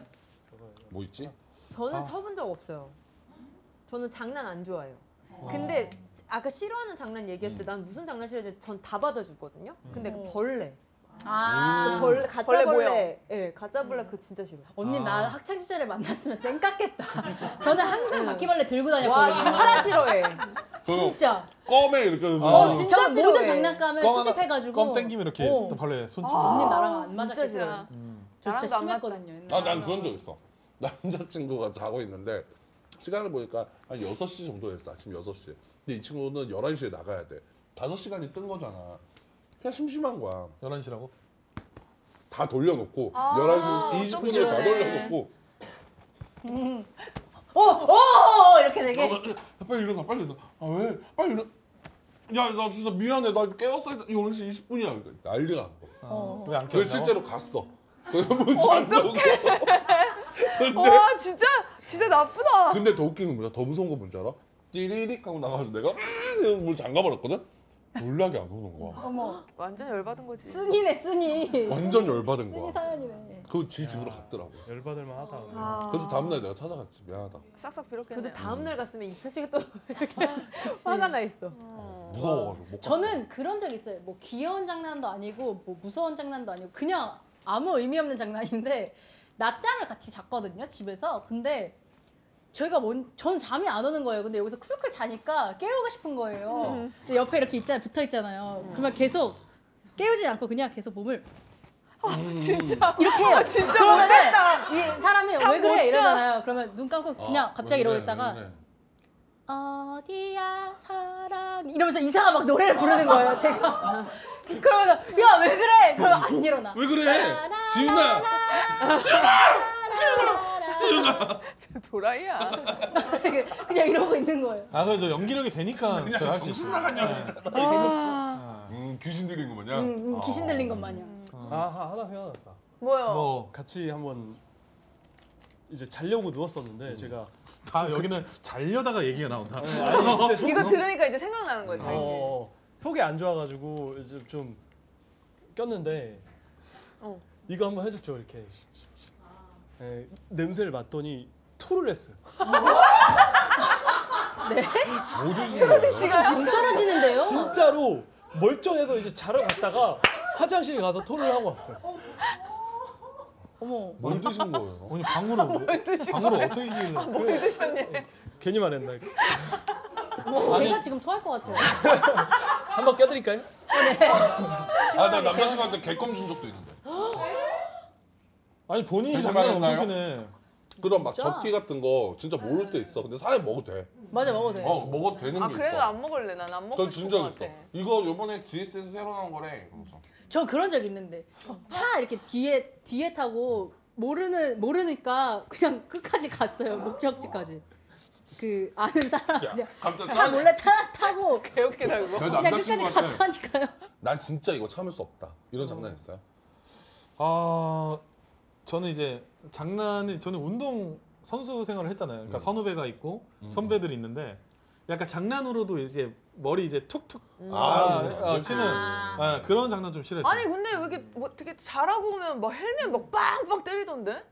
Speaker 4: 뭐 있지?
Speaker 5: 저는 쳐본 적 없어요. 저는 장난 안 좋아해요. 근데 아까 싫어하는 장난 얘기했을 때 난 무슨 장난 싫어하지? 전 다 받아주거든요. 근데 그 벌레, 그
Speaker 6: 아.
Speaker 5: 벌레 가짜
Speaker 10: 벌레 음.
Speaker 5: 벌레,
Speaker 10: 뭐야?
Speaker 5: 예, 가짜 벌레 그 진짜 싫어.
Speaker 6: 언니 나 학창 시절에 만났으면 쌩깠겠다. 저는 항상 바퀴벌레 들고
Speaker 5: 와
Speaker 6: 다녔거든요.
Speaker 5: 진짜 아, 싫어해.
Speaker 6: 진짜.
Speaker 4: 껌에 이렇게 해서
Speaker 5: 어, 진짜
Speaker 6: 저
Speaker 5: 싫어해.
Speaker 6: 모든 장난감을
Speaker 2: 껌 하나-
Speaker 6: 수집해가지고
Speaker 2: 껌 땡기면 이렇게
Speaker 6: 어.
Speaker 2: 또 벌레 손짓.
Speaker 6: 언니 나랑 안
Speaker 5: 진짜 싫어요.
Speaker 6: 맞았겠어요. 저
Speaker 10: 나랑도
Speaker 6: 진짜
Speaker 10: 안
Speaker 6: 심했거든요. 옛날에.
Speaker 4: 아, 난 그런 적 있어. 남자친구가 자고 있는데 시간을 보니까 한 6시 정도 됐어. 아침 6시. 근데 이 친구는 11시에 나가야 돼. 5시간이 뜬 거잖아. 그냥 심심한 거야.
Speaker 2: 11시라고?
Speaker 4: 다 돌려놓고
Speaker 10: 아,
Speaker 4: 11시 20분을
Speaker 10: 좀
Speaker 4: 다
Speaker 10: 그러네.
Speaker 4: 돌려놓고
Speaker 6: 음. 어, 어, 어, 어, 이렇게 되게
Speaker 4: 아, 빨리 일어나 빨리 일어나 아 왜? 빨리 일어나 야나 진짜 미안해 나 깨웠어 이거 시 20분이야 그러니까 난리가 난 거야
Speaker 12: 어. 왜안
Speaker 4: 그래서
Speaker 12: 깨웠냐고?
Speaker 4: 실제로 갔어 그래서 문자 안 오고 근데
Speaker 13: 와 진짜 진짜 나쁘다.
Speaker 4: 근데 더 웃긴 건 뭐야? 더 무서운 건 뭔지 알아? 띠리릭 하고 나가서 내가 음 이러고 문 잠가버렸거든? 놀라게 안 오는 거야.
Speaker 6: 아,
Speaker 13: 어머 완전 열받은 거지.
Speaker 14: 순이네 순이.
Speaker 4: 완전 열받은
Speaker 14: 순이
Speaker 4: 거야.
Speaker 14: 사연이네.
Speaker 4: 그리고 지 집으로 갔더라고.
Speaker 2: 열받을 만하다.
Speaker 15: 아.
Speaker 4: 그래서 다음날 내가 찾아갔지. 미안하다.
Speaker 5: 싹싹 비롯겠네요.
Speaker 15: 근데 다음날 갔으면 24시간 또 이렇게 화가 나 있어.
Speaker 4: 무서워가지고 못 갔어.
Speaker 6: 저는 그런 적 있어요. 뭐 귀여운 장난도 아니고 뭐 무서운 장난도 아니고 그냥 아무 의미 없는 장난인데 낮잠을 같이 잤거든요 집에서. 근데 저희가 뭔, 전 잠이 안 오는 거예요. 근데 여기서 쿨쿨 자니까 깨우고 싶은 거예요. 근데 옆에 이렇게 있잖아 붙어 있잖아요. 그러면 계속 깨우지 않고 그냥 계속 몸을
Speaker 13: 아, 진짜 아,
Speaker 6: 이렇게 해요.
Speaker 13: 진짜
Speaker 6: 그러면은
Speaker 13: 못했다.
Speaker 6: 이 사람이
Speaker 13: 잠
Speaker 6: 왜
Speaker 13: 못 자.
Speaker 6: 그래 이러잖아요. 그러면 눈 감고 그냥
Speaker 4: 아,
Speaker 6: 갑자기
Speaker 4: 왜
Speaker 6: 이러고
Speaker 4: 그래,
Speaker 6: 있다가
Speaker 4: 왜 그래.
Speaker 6: 어디야 사랑 이러면서 이상한 막 노래를 부르는 거예요 제가 그러면 야 왜 그래 그러면 안 일어나
Speaker 4: 왜 그래? 지윤아!
Speaker 5: 도라이야.
Speaker 6: 그냥 이러고 있는 거예요
Speaker 2: 아, 그저 연기력이 되니까 제가 할수 있어요.
Speaker 4: 나간 연기잖아.
Speaker 6: 재밌어
Speaker 4: 음, 귀신 들린 거 마냥?
Speaker 6: 음, 음, 귀신 들린 것 마냥
Speaker 11: 아 하나 생각났다.
Speaker 5: 뭐요?
Speaker 11: 뭐 같이 한번 이제 자려고 누웠었는데 제가
Speaker 2: 아, 여기는 자려다가 얘기가
Speaker 4: 어.
Speaker 2: 나온다.
Speaker 11: 음. 네, 아니, 그때
Speaker 5: 이거
Speaker 11: 속-
Speaker 5: 들으니까 이제 생각나는 거야 자기.
Speaker 11: 어, 속이 안 좋아가지고 이제 좀 꼈는데
Speaker 5: 어.
Speaker 11: 이거 한번 해줬죠 이렇게 예, 냄새를 맡더니 토를 했어요.
Speaker 6: 네?
Speaker 4: 못뭐 드시는 거예요?
Speaker 6: 지금 떨어지는데요
Speaker 11: 진짜로 멀쩡해서 이제 자러 갔다가 화장실 가서 토를 하고 왔어요.
Speaker 6: 어머
Speaker 4: 뭘뭐 드신 거예요?
Speaker 2: 오늘 방으로 방으로 어떻게 이길래?
Speaker 11: 아, 뭘 드셨냐? 어, 괜히 말했나 이거. 뭐,
Speaker 6: 제가 지금 토할 것 같아요
Speaker 11: 한번 껴드릴까요?
Speaker 4: 아, 나 남자친구한테 개껌 준 적도 있는데.
Speaker 2: 아니 본인이
Speaker 4: 괜찮아요?
Speaker 2: 장난 엄청 치네.
Speaker 4: 그럼 막
Speaker 6: 진짜?
Speaker 4: 적기 같은 거 진짜 모를 때 있어. 근데 사람이 먹어도 돼.
Speaker 6: 맞아 먹어도 돼
Speaker 4: 어, 먹어도 되는 게
Speaker 5: 아
Speaker 4: 있어.
Speaker 5: 그래도 안 먹을래 난 안 먹고
Speaker 4: 전
Speaker 5: 싶은
Speaker 4: 진짜
Speaker 5: 것
Speaker 4: 있어.
Speaker 5: 같아.
Speaker 4: 이거 요번에 GS에서 새로 나온 거래. 그러면서.
Speaker 6: 저 그런 적 있는데 차 이렇게 뒤에 뒤에 타고 모르는 모르니까 그냥 끝까지 갔어요 목적지까지 그 아는 사람 그냥
Speaker 4: 갑자기
Speaker 6: 차 몰래 타, 타고
Speaker 5: 개웃기다 그거.
Speaker 4: 저희
Speaker 6: 그냥 끝까지
Speaker 4: 남자친구한테
Speaker 6: 갔다니까요 음.
Speaker 4: 난 진짜 이거 참을 수 없다. 이런 장난 있어요?
Speaker 2: 아 저는 이제 장난이 저는 운동 선수 생활을 했잖아요.
Speaker 4: 음.
Speaker 2: 그러니까 선후배가 있고 선배들이 있는데 약간 장난으로도 이제 머리 이제 툭툭
Speaker 6: 음.
Speaker 2: 아,
Speaker 4: 네.
Speaker 6: 네.
Speaker 2: 아, 치는 아, 그런 장난 좀 싫어요.
Speaker 5: 아니 근데 왜 이렇게 뭐 되게 잘하고 오면 막 헬멧 막 빵빵 때리던데?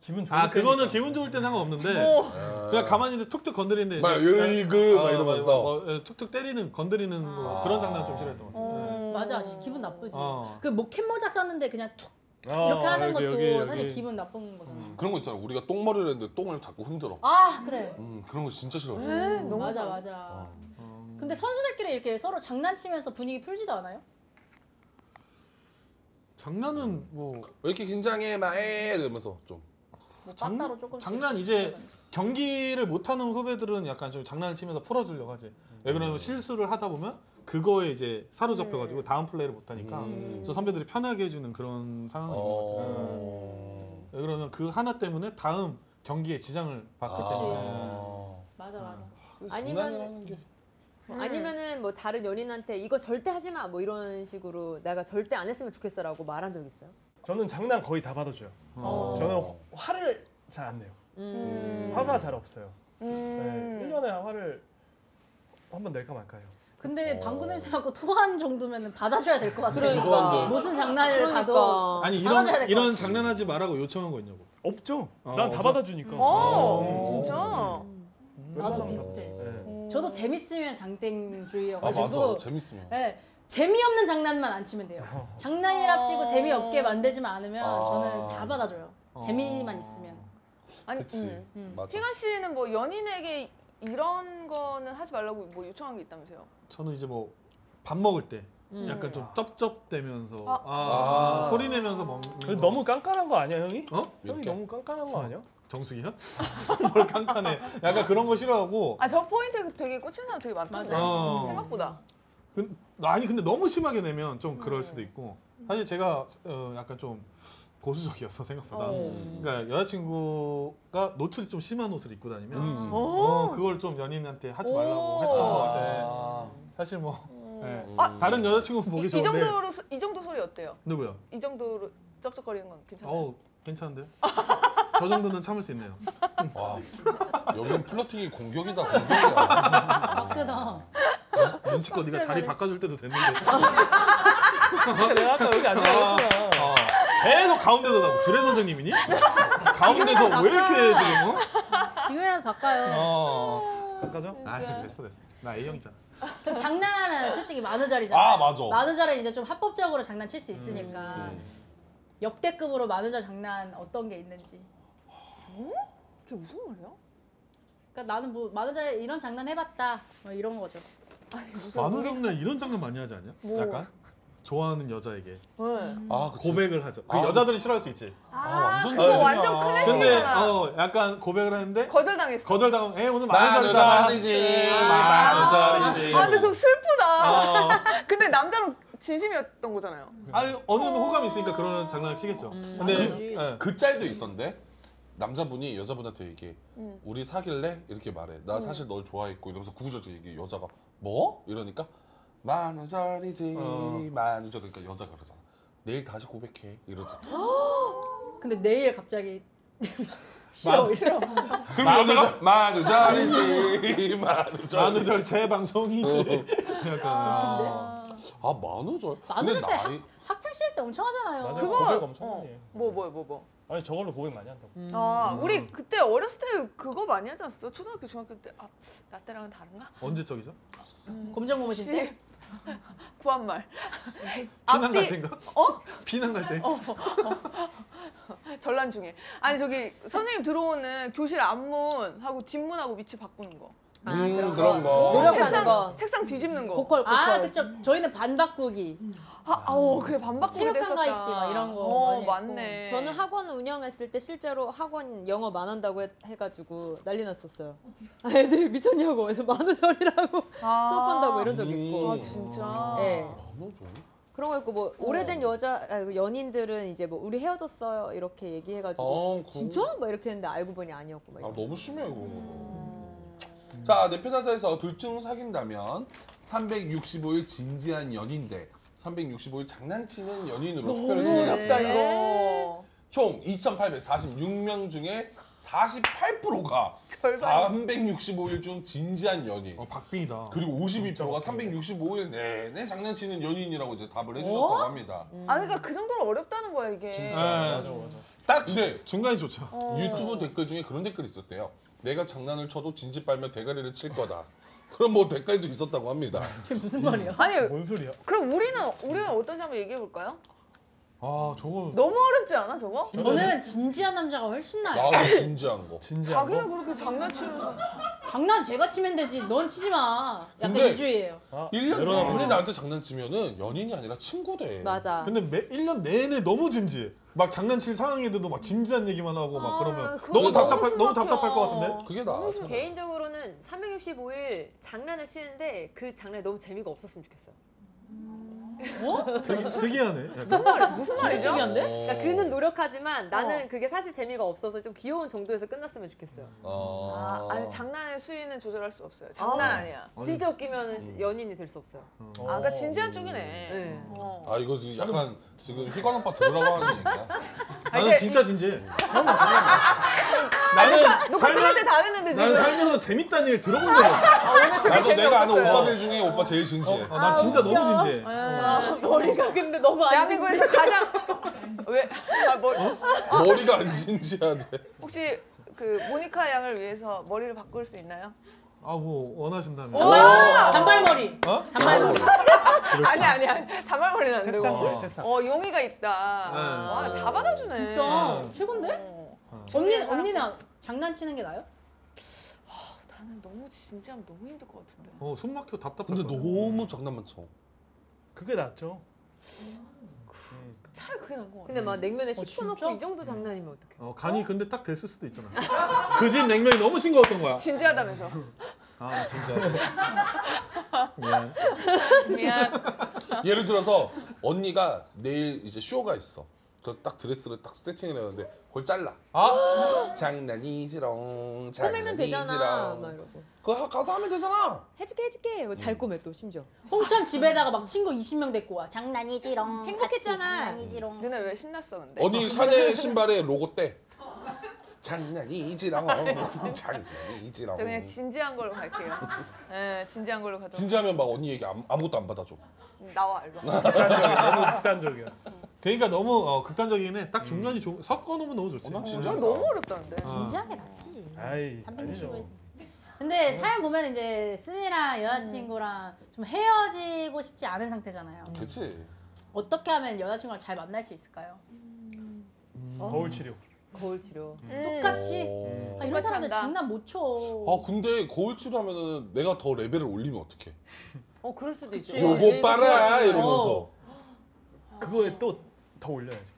Speaker 11: 기분 좋을
Speaker 2: 아 그거는
Speaker 11: 때니까.
Speaker 2: 기분 좋을 때 상관없는데
Speaker 5: 어.
Speaker 6: 뭐.
Speaker 2: 그냥 가만히 있는데 툭툭 건드리는데
Speaker 4: 막
Speaker 2: 이제 그냥-
Speaker 4: 으이그 막
Speaker 2: 어,
Speaker 4: 이러면서.
Speaker 2: 뭐, 예, 툭툭 때리는 건드리는
Speaker 6: 아.
Speaker 2: 거, 그런 장난 좀 싫어했던 것 같아요. 네.
Speaker 6: 맞아 씨, 기분 나쁘지
Speaker 2: 어.
Speaker 6: 그 뭐 캡모자 썼는데 그냥 툭
Speaker 2: 어,
Speaker 6: 이렇게 하는
Speaker 2: 여기,
Speaker 6: 것도
Speaker 2: 여기, 여기.
Speaker 6: 사실 기분 나쁜 거잖아
Speaker 4: 그런 거 있잖아. 우리가 똥머리를 했는데 똥을 자꾸 흔들어.
Speaker 6: 아 그래
Speaker 4: 음, 그런 거 진짜 싫어.
Speaker 5: 음, 너무
Speaker 6: 맞아 맞아
Speaker 4: 어.
Speaker 6: 근데 선수들끼리 이렇게 서로 장난치면서 분위기 풀지도 않아요?
Speaker 2: 장난은 뭐
Speaker 6: 그
Speaker 4: 왜 이렇게 긴장해? 막 에! 이러면서 좀.
Speaker 6: 뭐
Speaker 2: 장-
Speaker 6: 따로 조금씩
Speaker 2: 장난 이제 경기를 못하는 후배들은 약간 좀 장난을 치면서 풀어주려고 하지.
Speaker 4: 음.
Speaker 2: 왜 그러냐면 실수를 하다 보면 그거에 이제
Speaker 6: 네.
Speaker 2: 사로잡혀가지고 다음 플레이를 못하니까 음. 저 선배들이 편하게 해주는 그런 상황인 것 같아요. 네.
Speaker 4: 어.
Speaker 2: 왜 그러면 그 하나 때문에 다음 경기에 지장을 받기 때문에.
Speaker 4: 아.
Speaker 6: 맞아 맞아
Speaker 4: 장난이라는
Speaker 10: 아니면
Speaker 4: 게.
Speaker 10: 아니면은 뭐 다른 연인한테 이거 절대 하지 마 뭐 이런 식으로 내가 절대 안 했으면 좋겠어라고 말한 적 있어요?
Speaker 11: 저는 장난 거의 다 받아줘요.
Speaker 5: 어.
Speaker 11: 저는 화- 화를 잘 안 내요.
Speaker 5: 음.
Speaker 11: 화가 잘 없어요. 네, 1년에 화를 한 번 낼까 말까요?
Speaker 6: 근데 방구 냄새 맡고 토한 정도면 받아줘야 될 것 같아
Speaker 4: 그러니까.
Speaker 6: 무슨 장난을 가도
Speaker 2: 아니
Speaker 6: 받아줘야
Speaker 2: 이런
Speaker 6: 될 것
Speaker 2: 이런
Speaker 6: 같아
Speaker 2: 장난하지 말라고 요청한 거 있냐고.
Speaker 11: 없죠.
Speaker 2: 어,
Speaker 11: 난 다
Speaker 2: 없어?
Speaker 11: 받아주니까.
Speaker 5: 어 진짜.
Speaker 6: 나도
Speaker 11: 웬만하면 다
Speaker 6: 비슷해
Speaker 11: 받아줘요.
Speaker 5: 음.
Speaker 11: 네.
Speaker 6: 저도 재밌으면
Speaker 4: 아,
Speaker 6: 장땡주의여가지고
Speaker 4: 맞아. 재밌으면.
Speaker 6: 네, 재미없는 장난만 안 치면 돼요
Speaker 4: 어.
Speaker 6: 장난이랍시고 재미없게 만들지만 않으면
Speaker 4: 아.
Speaker 6: 저는 다 받아줘요 재미만 있으면
Speaker 5: 아니
Speaker 4: 그치.
Speaker 5: 음.
Speaker 4: 맞아.
Speaker 5: 희관 씨는 뭐 연인에게 이런 거는 하지 말라고 뭐 요청한 게 있다면서요?
Speaker 2: 저는 이제 뭐 밥 먹을 때 약간
Speaker 11: 아.
Speaker 2: 좀 쩝쩝대면서 아,
Speaker 4: 아.
Speaker 2: 소리 내면서 먹는.
Speaker 11: 근데
Speaker 2: 거.
Speaker 11: 너무 깐깐한 거 아니야 형이?
Speaker 2: 어?
Speaker 11: 형이
Speaker 4: 이렇게?
Speaker 11: 너무 깐깐한 거 아니야?
Speaker 2: 정수기요? 뭘 깐깐해. 약간 그런 거 싫어하고.
Speaker 5: 아 저 포인트 되게 꽂힌 사람 되게 많던데
Speaker 6: 맞아요.
Speaker 2: 어.
Speaker 5: 생각보다.
Speaker 2: 근- 아니 근데 너무 심하게 내면 좀 그럴
Speaker 5: 네.
Speaker 2: 수도 있고 사실 제가 어, 약간 좀 보수적이어서 생각보다 그러니까 여자친구가 노출이 좀 심한 옷을 입고
Speaker 5: 어.
Speaker 2: 어, 아,
Speaker 5: 네.
Speaker 2: 다니면 어, 그걸 좀 연인한테 하지 말라고 했던 것 같아 사실 뭐 네.
Speaker 5: 아,
Speaker 2: 다른 여자친구는 보기
Speaker 5: 이, 이
Speaker 2: 좋은데
Speaker 5: 정도로 소- 이 정도 소리 어때요?
Speaker 2: 누구요?
Speaker 5: 이 정도로 쩝쩝거리는 건 괜찮아요?
Speaker 2: 어우 괜찮은데요? 저 정도는 참을 수 있네요.
Speaker 4: 와, 여긴 플러팅이 공격이다, 공격이야.
Speaker 6: 박세다.
Speaker 2: 어? 눈치껏 네가 자리 바꿔줄 때도 됐는데.
Speaker 11: 내가 아까 여기 앉으라고 했잖아.
Speaker 2: 아, 계속 가운데서 나고 드레 선생님이니? 가운데서 왜 이렇게 지금? 어?
Speaker 6: 지금이라도 바꿔요.
Speaker 2: 어. 바꿔줘? 아
Speaker 5: 네.
Speaker 2: 됐어 됐어. 나 A형이잖아.
Speaker 6: 그럼 장난하면 솔직히 만우절이잖아.
Speaker 2: 아, 맞아.
Speaker 6: 만우절은 이제 좀 합법적으로 장난칠 수 있으니까 역대급으로 만우절 장난 어떤 게 있는지. 어?
Speaker 5: 그게 무슨 말이야?
Speaker 6: 그러니까 나는 뭐 만우절에 이런 장난 해봤다 뭐 이런 거죠. 아니 무슨
Speaker 2: 만우 장난 뭐 이런 장난 많이 하지 않냐?
Speaker 6: 뭐.
Speaker 2: 약간 좋아하는 여자에게
Speaker 5: 네. 음.
Speaker 4: 아,
Speaker 2: 고백을 하죠. 그
Speaker 4: 아.
Speaker 2: 여자들이 싫어할 수 있지.
Speaker 5: 완전
Speaker 2: 어,
Speaker 16: 음.
Speaker 5: 그거
Speaker 2: 진짜.
Speaker 5: 뭐 완전
Speaker 2: 근데
Speaker 5: 클래식이잖아.
Speaker 2: 어 약간 고백을 했는데
Speaker 5: 거절당했어. 네.
Speaker 2: 거절당하면 에 오늘
Speaker 4: 난
Speaker 2: 만우절이다.
Speaker 4: 여자 아니지. 난 여자 아니지.
Speaker 5: 아, 근데 좀 슬프다.
Speaker 2: 어.
Speaker 5: 근데 남자는 진심이었던 거잖아요.
Speaker 2: 아니 어느 정도 호감이 있으니까 그런 장난을 치겠죠.
Speaker 5: 음,
Speaker 2: 근데 예.
Speaker 4: 그, 그 짤도 있던데 남자분이 여자분한테 얘기해
Speaker 5: 음.
Speaker 4: 우리 사귈래? 이렇게 말해 나
Speaker 5: 음.
Speaker 4: 사실 널 좋아했고 이러면서 구구절절 얘기해 여자가 뭐? 이러니까 만우절이지 만우절 그러니까 여자가 그러잖아 내일 다시 고백해 이러지
Speaker 6: 근데 내일 갑자기
Speaker 4: 만-
Speaker 6: 싫어 싫어.
Speaker 4: 그럼 여자가 만우절이지 만우절
Speaker 2: 만우절 재방송이지.
Speaker 4: 아, 아 만우절?
Speaker 6: 만우절
Speaker 4: 근데
Speaker 6: 때
Speaker 4: 나이-
Speaker 6: 학창 시절 때 엄청 하잖아요.
Speaker 11: 맞아요.
Speaker 5: 그거-
Speaker 11: 고백 엄청
Speaker 5: 어.
Speaker 11: 많이 해.
Speaker 5: 뭐, 뭐, 뭐, 뭐.
Speaker 11: 아니 저걸로 고백 많이 한다고.
Speaker 5: 아, 우리 그때 어렸을 때 그거 많이 하지 않았어? 초등학교, 중학교 때. 아, 나 때랑은 다른가?
Speaker 2: 언제적이죠?
Speaker 6: 검정 고무신 때?
Speaker 5: 구한말.
Speaker 2: 피난 갈 때인가?
Speaker 5: 어?
Speaker 2: 피난 갈 때.
Speaker 5: 어, 어. 전란 중에. 아니, 저기 선생님 들어오는 교실 앞문하고 뒷문하고 위치 바꾸는 거.
Speaker 4: 아, 그런 음,
Speaker 5: 어.
Speaker 4: 그런 거. 거.
Speaker 5: 책상,
Speaker 6: 노력하는 거.
Speaker 5: 책상 뒤집는 거.
Speaker 6: 아 그쵸. 저희는 반바꾸기.
Speaker 5: 아, 아오, 그래, 어, 반바꾸기
Speaker 6: 체육관 가 있기 막 이런 거. 많이 했고.
Speaker 10: 저는 학원 운영했을 때 실제로 학원 영업 안 한다고 해, 해가지고 난리 났었어요. 아, 애들이 미쳤냐고 그래서 만우절이라고 수업한다고 이런 적 있고.
Speaker 5: 아, 진짜.
Speaker 10: 예.
Speaker 6: 네.
Speaker 4: 만우절?
Speaker 10: 그런 거 있고 뭐 오래된 여자 아, 그 연인들은 이제 뭐 우리 헤어졌어요 이렇게 얘기해가지고
Speaker 4: 아, 그-
Speaker 10: 진짜 막 이렇게 했는데 알고 보니 아니었고 뭐 막
Speaker 4: 아 너무 심해 이거. 자, 내 편하자에서 둘중 사귄다면 365일 진지한 연인 대 365일 장난치는 연인으로
Speaker 5: 너무
Speaker 4: 투표를 진행했다
Speaker 5: 어렵다, 그러니까
Speaker 6: 네.
Speaker 5: 이거.
Speaker 4: 총 2,846명 중에 48%가 365일 중 진지한 연인.
Speaker 2: 어, 박빙이다.
Speaker 4: 그리고 52%가 365일 내내 장난치는 연인이라고 이제 답을 해주셨다고
Speaker 5: 어?
Speaker 4: 합니다.
Speaker 5: 아, 그러니까 그 정도로 어렵다는 거야, 이게.
Speaker 4: 맞아 맞아. 딱 근데
Speaker 2: 중간이 좋죠.
Speaker 5: 어.
Speaker 4: 유튜브 댓글 중에 그런 댓글이 있었대요. 내가 장난을 쳐도 진지 빨면 대가리를 칠 거다. 그런 뭐 댓글도 있었다고 합니다.
Speaker 6: 무슨 말이야?
Speaker 5: 아니,
Speaker 2: 뭔 소리야?
Speaker 5: 그럼 우리는, 우리는 어떤지 한번 얘기해 볼까요?
Speaker 2: 아 저거.
Speaker 5: 너무 어렵지 않아, 저거?
Speaker 6: 저는 진지한 남자가 훨씬 나아요.
Speaker 4: 나도 진지한 거.
Speaker 2: 진지한
Speaker 5: 자기가 그렇게 장난치면서.
Speaker 6: 장난 제가 치면 되지. 넌 치지 마. 약간
Speaker 4: 근데-
Speaker 6: 이 주의예요.
Speaker 4: 1년
Speaker 2: 여러
Speaker 4: 내내 나한테 장난치면은 연인이 아니라 친구 돼.
Speaker 10: 맞아.
Speaker 2: 근데 매, 1년 내내 너무 진지해. 막 장난칠 상황에도 막 진지한 얘기만 하고
Speaker 5: 아,
Speaker 2: 막 그러면
Speaker 10: 그거 너무
Speaker 2: 너무 답답할
Speaker 10: 숨
Speaker 2: 너무
Speaker 10: 막혀.
Speaker 2: 답답할 것 같은데.
Speaker 4: 그게 나.
Speaker 10: 개인적으로는 365일 장난을 치는데 그 장난이 너무 재미가 없었으면 좋겠어요.
Speaker 2: 되게 특이하네. 그, 약간.
Speaker 10: 무슨 말 무슨
Speaker 6: 말이죠? 특이한데?
Speaker 10: 그러니까 그는 노력하지만 나는
Speaker 5: 어.
Speaker 10: 그게 사실 재미가 없어서 좀 귀여운 정도에서 끝났으면 좋겠어요.
Speaker 4: 음.
Speaker 5: 아,
Speaker 6: 어.
Speaker 5: 아니, 장난의 수위는 조절할 수 없어요. 장난
Speaker 10: 아.
Speaker 5: 아니야.
Speaker 10: 진짜 웃기면 연인이 될 수 없어요.
Speaker 5: 아, 그러니까 진지한 쪽이네. 어.
Speaker 4: 아 이거 지금 약간 지금 희관 오빠 들으라고 하는 얘기야.
Speaker 2: 나는
Speaker 5: 이제-
Speaker 2: 진짜 진지해.
Speaker 5: 아니,
Speaker 2: 나는
Speaker 5: 너 아, 그때 다 했는데 지금.
Speaker 2: 나는 살면서 재밌다는 일 들어본 적 없어.
Speaker 5: 아, 오늘 되게
Speaker 4: 나도 내가 아는
Speaker 5: 재미없었어요.
Speaker 4: 오빠들 중에 오빠 제일 진지해.
Speaker 2: 어,
Speaker 5: 아,
Speaker 2: 나 진짜 너무 진지해.
Speaker 10: 머리가 근데 너무 안
Speaker 5: 대한민국에서 가장 왜? 아, 뭐,
Speaker 2: 어?
Speaker 4: 머리가 안 진지하대.
Speaker 5: 혹시 그 모니카 양을 위해서 머리를 바꿀 수 있나요?
Speaker 2: 아 뭐 원하신다면.
Speaker 5: 아,
Speaker 2: 네.
Speaker 6: 단발머리.
Speaker 2: 어?
Speaker 6: 단발머리.
Speaker 5: 아니 아니 아니 단발머리는 안 되고
Speaker 2: 세상에, 세상에.
Speaker 5: 어 용의가 있다.
Speaker 2: 네.
Speaker 5: 와 다 받아주네.
Speaker 6: 진짜 최고인데? 언니 언니는 장난치는 게 나요?
Speaker 5: 나는 너무 진지하면 너무 힘들 것 같은데.
Speaker 2: 어숨 막혀 답답해.
Speaker 4: 근데 너무 장난만 쳐.
Speaker 11: 그게 낫죠.
Speaker 5: 차라리 그게 나은 것 같아.
Speaker 10: 근데 막 냉면에
Speaker 11: 진짜?
Speaker 10: 음. 씹어 놓고 이 정도 장난이면 어떡해?
Speaker 2: 어 간이 근데 딱 됐을 수도 있잖아. 그 집 냉면이 너무 싱거웠던 거야.
Speaker 5: 진지하다면서.
Speaker 2: 아 진짜. 미안.
Speaker 5: 미안.
Speaker 4: 예를 들어서 언니가 내일 이제 쇼가 있어. 그래서 딱 드레스를 딱 세팅을 했는데 그걸 잘라.
Speaker 2: 아?
Speaker 4: 장난이지롱.
Speaker 10: 꺼내면 되잖아. 막
Speaker 4: 장난이지롱.
Speaker 10: 이러고.
Speaker 4: 그거 가서 하면 되잖아.
Speaker 10: 해줄게 해줄게 이거 잘 꾸며 또 심지어
Speaker 6: 홍천 집에다가 막 친구 20명 데리고 와. 음. 장난이지롱.
Speaker 5: 행복했잖아.
Speaker 6: 장난이지롱.
Speaker 5: 누나 왜 신났어
Speaker 10: 네.
Speaker 5: 근데?
Speaker 4: 언니 샤넬 신발에 로고 때. 장난이지라고. 장난이지라고.
Speaker 5: 저 그냥 진지한 걸로 갈게요. 예, 진지한 걸로 가죠.
Speaker 4: 진지하면 막 언니 얘기 아무- 아무것도 안 받아줘.
Speaker 5: 나와 알바.
Speaker 2: 극단적이야. 너무 극단적이야. 그러니까 너무 어, 극단적이긴 해. 딱
Speaker 4: 음.
Speaker 2: 중간이 좋 섞어 놓으면 너무 좋지.
Speaker 5: 나 너무 어렵다는데.
Speaker 6: 진지하게 낫지.
Speaker 2: 아이,
Speaker 6: 365. 일. 근데 사연 보면 이제 쓴이랑 여자친구랑 좀 헤어지고 싶지 않은 상태잖아요.
Speaker 4: 그치.
Speaker 6: 어떻게 하면 여자친구랑 잘 만날 수 있을까요?
Speaker 5: 어.
Speaker 11: 거울 치료.
Speaker 10: 거울 치료.
Speaker 5: 음.
Speaker 6: 똑같이 아, 이런
Speaker 5: 똑같이
Speaker 6: 사람들
Speaker 5: 한다.
Speaker 6: 장난 못 쳐.
Speaker 4: 어.
Speaker 2: 어,
Speaker 4: 아 근데 거울 치료하면은 내가 더 레벨을 올리면 어떡해?
Speaker 10: 어 그럴 수도 있죠.
Speaker 4: 요거 빨아 이러면서.
Speaker 2: 그거에 또 더 올려야지.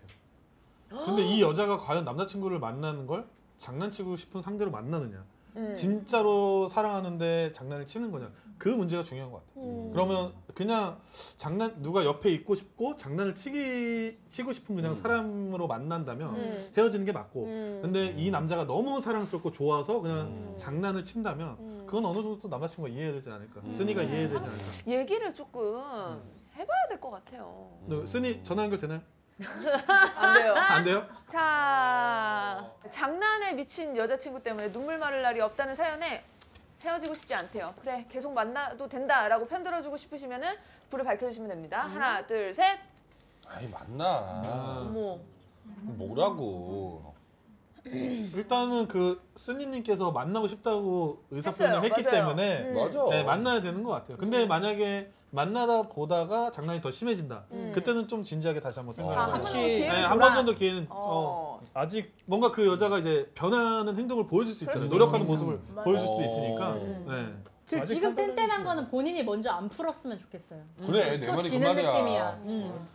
Speaker 2: 계속. 근데 이 여자가 과연 남자친구를 만나는 걸 장난치고 싶은 상대로 만나느냐,
Speaker 11: 음.
Speaker 2: 진짜로 사랑하는데 장난을 치는 거냐, 그 문제가 중요한 것 같아.
Speaker 11: 음.
Speaker 2: 그러면 그냥 장난 누가 옆에 있고 싶고 장난을 치기 치고 싶은 그냥 사람으로 만난다면
Speaker 11: 음.
Speaker 2: 헤어지는 게 맞고,
Speaker 11: 음.
Speaker 2: 근데 이 남자가 너무 사랑스럽고 좋아서 그냥 장난을 친다면
Speaker 11: 음.
Speaker 2: 그건 어느 정도 또 남자친구가 이해해야 되지 않을까, 쓰니가 이해해야 되지 않을까.
Speaker 5: 얘기를 조금 해봐야 될 것 같아요.
Speaker 2: 너 쓰니 전화 연결 되나요?
Speaker 5: 안 돼요.
Speaker 2: 안 돼요?
Speaker 5: 자, 장난에 미친 여자친구 때문에 눈물 마를 날이 없다는 사연에 헤어지고 싶지 않대요. 그래, 계속 만나도 된다라고 편들어주고 싶으시면은 불을 밝혀주시면 됩니다. 하나, 둘, 셋.
Speaker 4: 아이
Speaker 2: 아.
Speaker 11: 음.
Speaker 4: 맞나.
Speaker 5: 어머.
Speaker 4: 뭐라고.
Speaker 2: 일단은 그 스님님께서 만나고 싶다고 의사표현을
Speaker 4: 했어요.
Speaker 2: 했기
Speaker 4: 맞아요.
Speaker 2: 때문에
Speaker 4: 음. 맞아.
Speaker 2: 네, 만나야 되는 것 같아요. 근데 만약에 만나다 보다가 장난이 더 심해진다.
Speaker 11: 음.
Speaker 2: 그때는 좀 진지하게 다시 한번
Speaker 11: 아,
Speaker 2: 생각해봐요. 네,
Speaker 11: 한 번만 더 기회를 줘라.
Speaker 2: 한번 정도 기회는 어.
Speaker 11: 아직
Speaker 2: 뭔가 그 여자가 이제 변하는 행동을 보여줄 수 있잖아요.
Speaker 11: 그럴 수도
Speaker 2: 노력하는
Speaker 11: 있으니까.
Speaker 2: 모습을
Speaker 11: 맞아.
Speaker 2: 보여줄 수도
Speaker 11: 어.
Speaker 2: 있으니까.
Speaker 11: 음.
Speaker 2: 네.
Speaker 6: 그리고 지금 뗀뗀한 거는 본인이 먼저 안 풀었으면 좋겠어요.
Speaker 4: 그래, 내
Speaker 6: 또
Speaker 4: 말이 그
Speaker 6: 지는
Speaker 4: 말이야.
Speaker 6: 느낌이야. 음.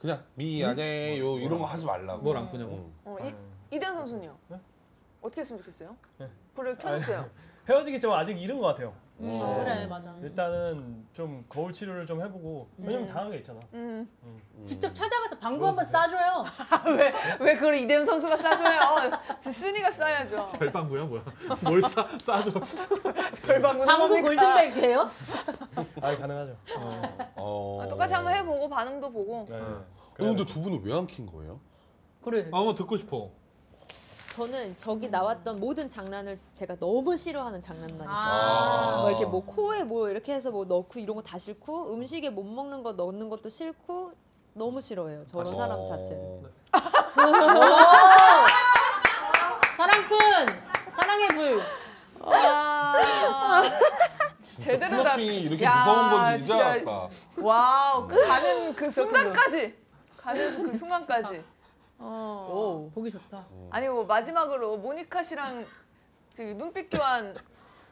Speaker 4: 그냥 미안해요 이런 거 하지 말라고.
Speaker 2: 뭘 안 푸냐고.
Speaker 5: 어, 이, 이대 선수는요?
Speaker 4: 네?
Speaker 5: 어떻게 했으면 좋겠어요? 불을 켜주세요.
Speaker 11: 헤어지기 좀 아직 이른 것 같아요.
Speaker 6: 음, 어. 그래, 맞아.
Speaker 11: 일단은 좀 거울 치료를 좀 해보고 왜냐면
Speaker 6: 음.
Speaker 11: 당한 게 있잖아.
Speaker 5: 음.
Speaker 6: 직접 찾아가서 방구 한번 싸줘요.
Speaker 5: 왜 그걸 이대훈 선수가 싸줘요? 어, 지순이가 싸야죠.
Speaker 2: 별방구야 아, 뭐야? 뭘 싸, 싸줘?
Speaker 5: 별방구
Speaker 6: 방구 골든벨 돼요?
Speaker 11: 아 가능하죠.
Speaker 4: 어.
Speaker 5: 아, 똑같이 한번 해보고 반응도
Speaker 2: 네.
Speaker 5: 보고.
Speaker 11: 네.
Speaker 4: 어,
Speaker 2: 그
Speaker 4: 근데 두 분은 왜 안 킨 거예요?
Speaker 6: 그래.
Speaker 2: 한번 듣고 싶어.
Speaker 10: 저는 저기 나왔던 모든 장난을 제가 너무 싫어하는 장난만 있었어요.
Speaker 4: 아.
Speaker 10: 뭐 이렇게 뭐 코에 뭐 이렇게 해서 뭐 넣고 이런 거 다 싫고 음식에 못 먹는 거 넣는 것도 싫고 너무 싫어해요. 저런
Speaker 4: 어.
Speaker 10: 그 사람 자체를.
Speaker 6: 사랑꾼! 사랑의 불!
Speaker 5: 아. 제대로 다-
Speaker 4: 플러팅이 이렇게
Speaker 5: 야,
Speaker 4: 무서운 건지 이제
Speaker 5: 진짜
Speaker 4: 알았다.
Speaker 5: 와우, 그 가는 그 순간까지. 가는 그 순간까지. 어.
Speaker 6: 보기 좋다.
Speaker 5: 아니 뭐 마지막으로 모니카 씨랑 저기 눈빛 교환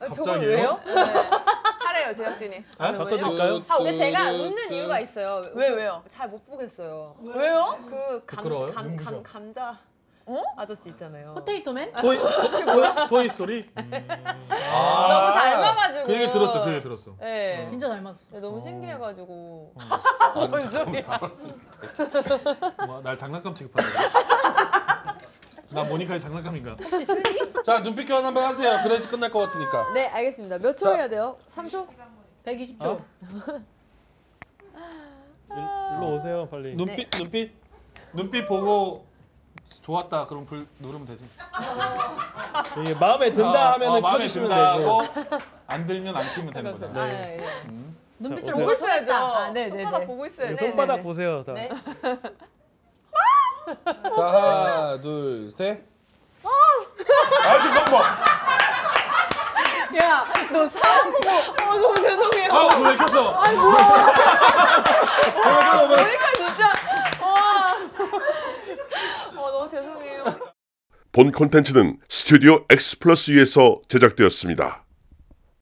Speaker 5: 어,
Speaker 10: 갑자기요?
Speaker 5: 네. 하래요 제작진이.
Speaker 10: 아,
Speaker 5: 바꿔드릴까요?
Speaker 10: 아, 근데 제가
Speaker 5: 그,
Speaker 10: 웃는
Speaker 5: 그.
Speaker 10: 이유가 있어요.
Speaker 5: 왜, 왜요?
Speaker 10: 잘 못 보겠어요. 어?
Speaker 5: 왜요?
Speaker 10: 그
Speaker 2: 부끄러워요?
Speaker 10: 감, 감,
Speaker 2: 눈부셔.
Speaker 10: 감, 감자 아저씨 있잖아요.
Speaker 6: 포테이토맨?
Speaker 2: 토이 토- 토이 소리? 음.
Speaker 10: 너무 닮아가지고.
Speaker 2: 그 얘기 들었어. 그 얘기 들었어.
Speaker 10: 네.
Speaker 6: 진짜 닮았어.
Speaker 10: 너무 신기해가지고.
Speaker 2: 뭔 소리야. 와, 뭐, 날 장난감 취급하네. 나 모니카의 장난감인가?
Speaker 10: 혹시 쓰니?
Speaker 4: 자 눈빛 교환 한번 하세요. 그래야지 끝날 것 같으니까.
Speaker 10: 네, 알겠습니다. 몇 초 해야 돼요? 3초?
Speaker 6: 120초.
Speaker 11: 어? 일로 오세요 빨리.
Speaker 2: 아. 눈빛 눈빛 눈빛 보고 좋았다. 그럼 불 누르면 되지.
Speaker 11: 이게 마음에 든다
Speaker 2: 어,
Speaker 11: 하면은
Speaker 2: 어, 마음에
Speaker 11: 켜주시면
Speaker 2: 든다
Speaker 11: 되고.
Speaker 2: 하고 안 들면 안 키면 되는 거잖아.
Speaker 11: 아,
Speaker 10: 예, 예.
Speaker 11: 눈빛을
Speaker 5: 보고 있어야죠.
Speaker 10: 아, 네, 네,
Speaker 5: 손바닥
Speaker 10: 네.
Speaker 5: 보고 있어야죠.
Speaker 11: 손바닥 보세요 다.
Speaker 10: 네.
Speaker 4: 자 하나 둘 셋.
Speaker 1: 아 잠깐만.
Speaker 5: 야, 너 사람 보고 어 너무 죄송해요.
Speaker 4: 아, 왜 켰어?
Speaker 5: 아니 뭐야?
Speaker 4: 잠깐만.
Speaker 5: 모니카 진짜 와.
Speaker 10: 어, 너무 죄송해요.
Speaker 1: 본 콘텐츠는 스튜디오 X 플러스에서 제작되었습니다.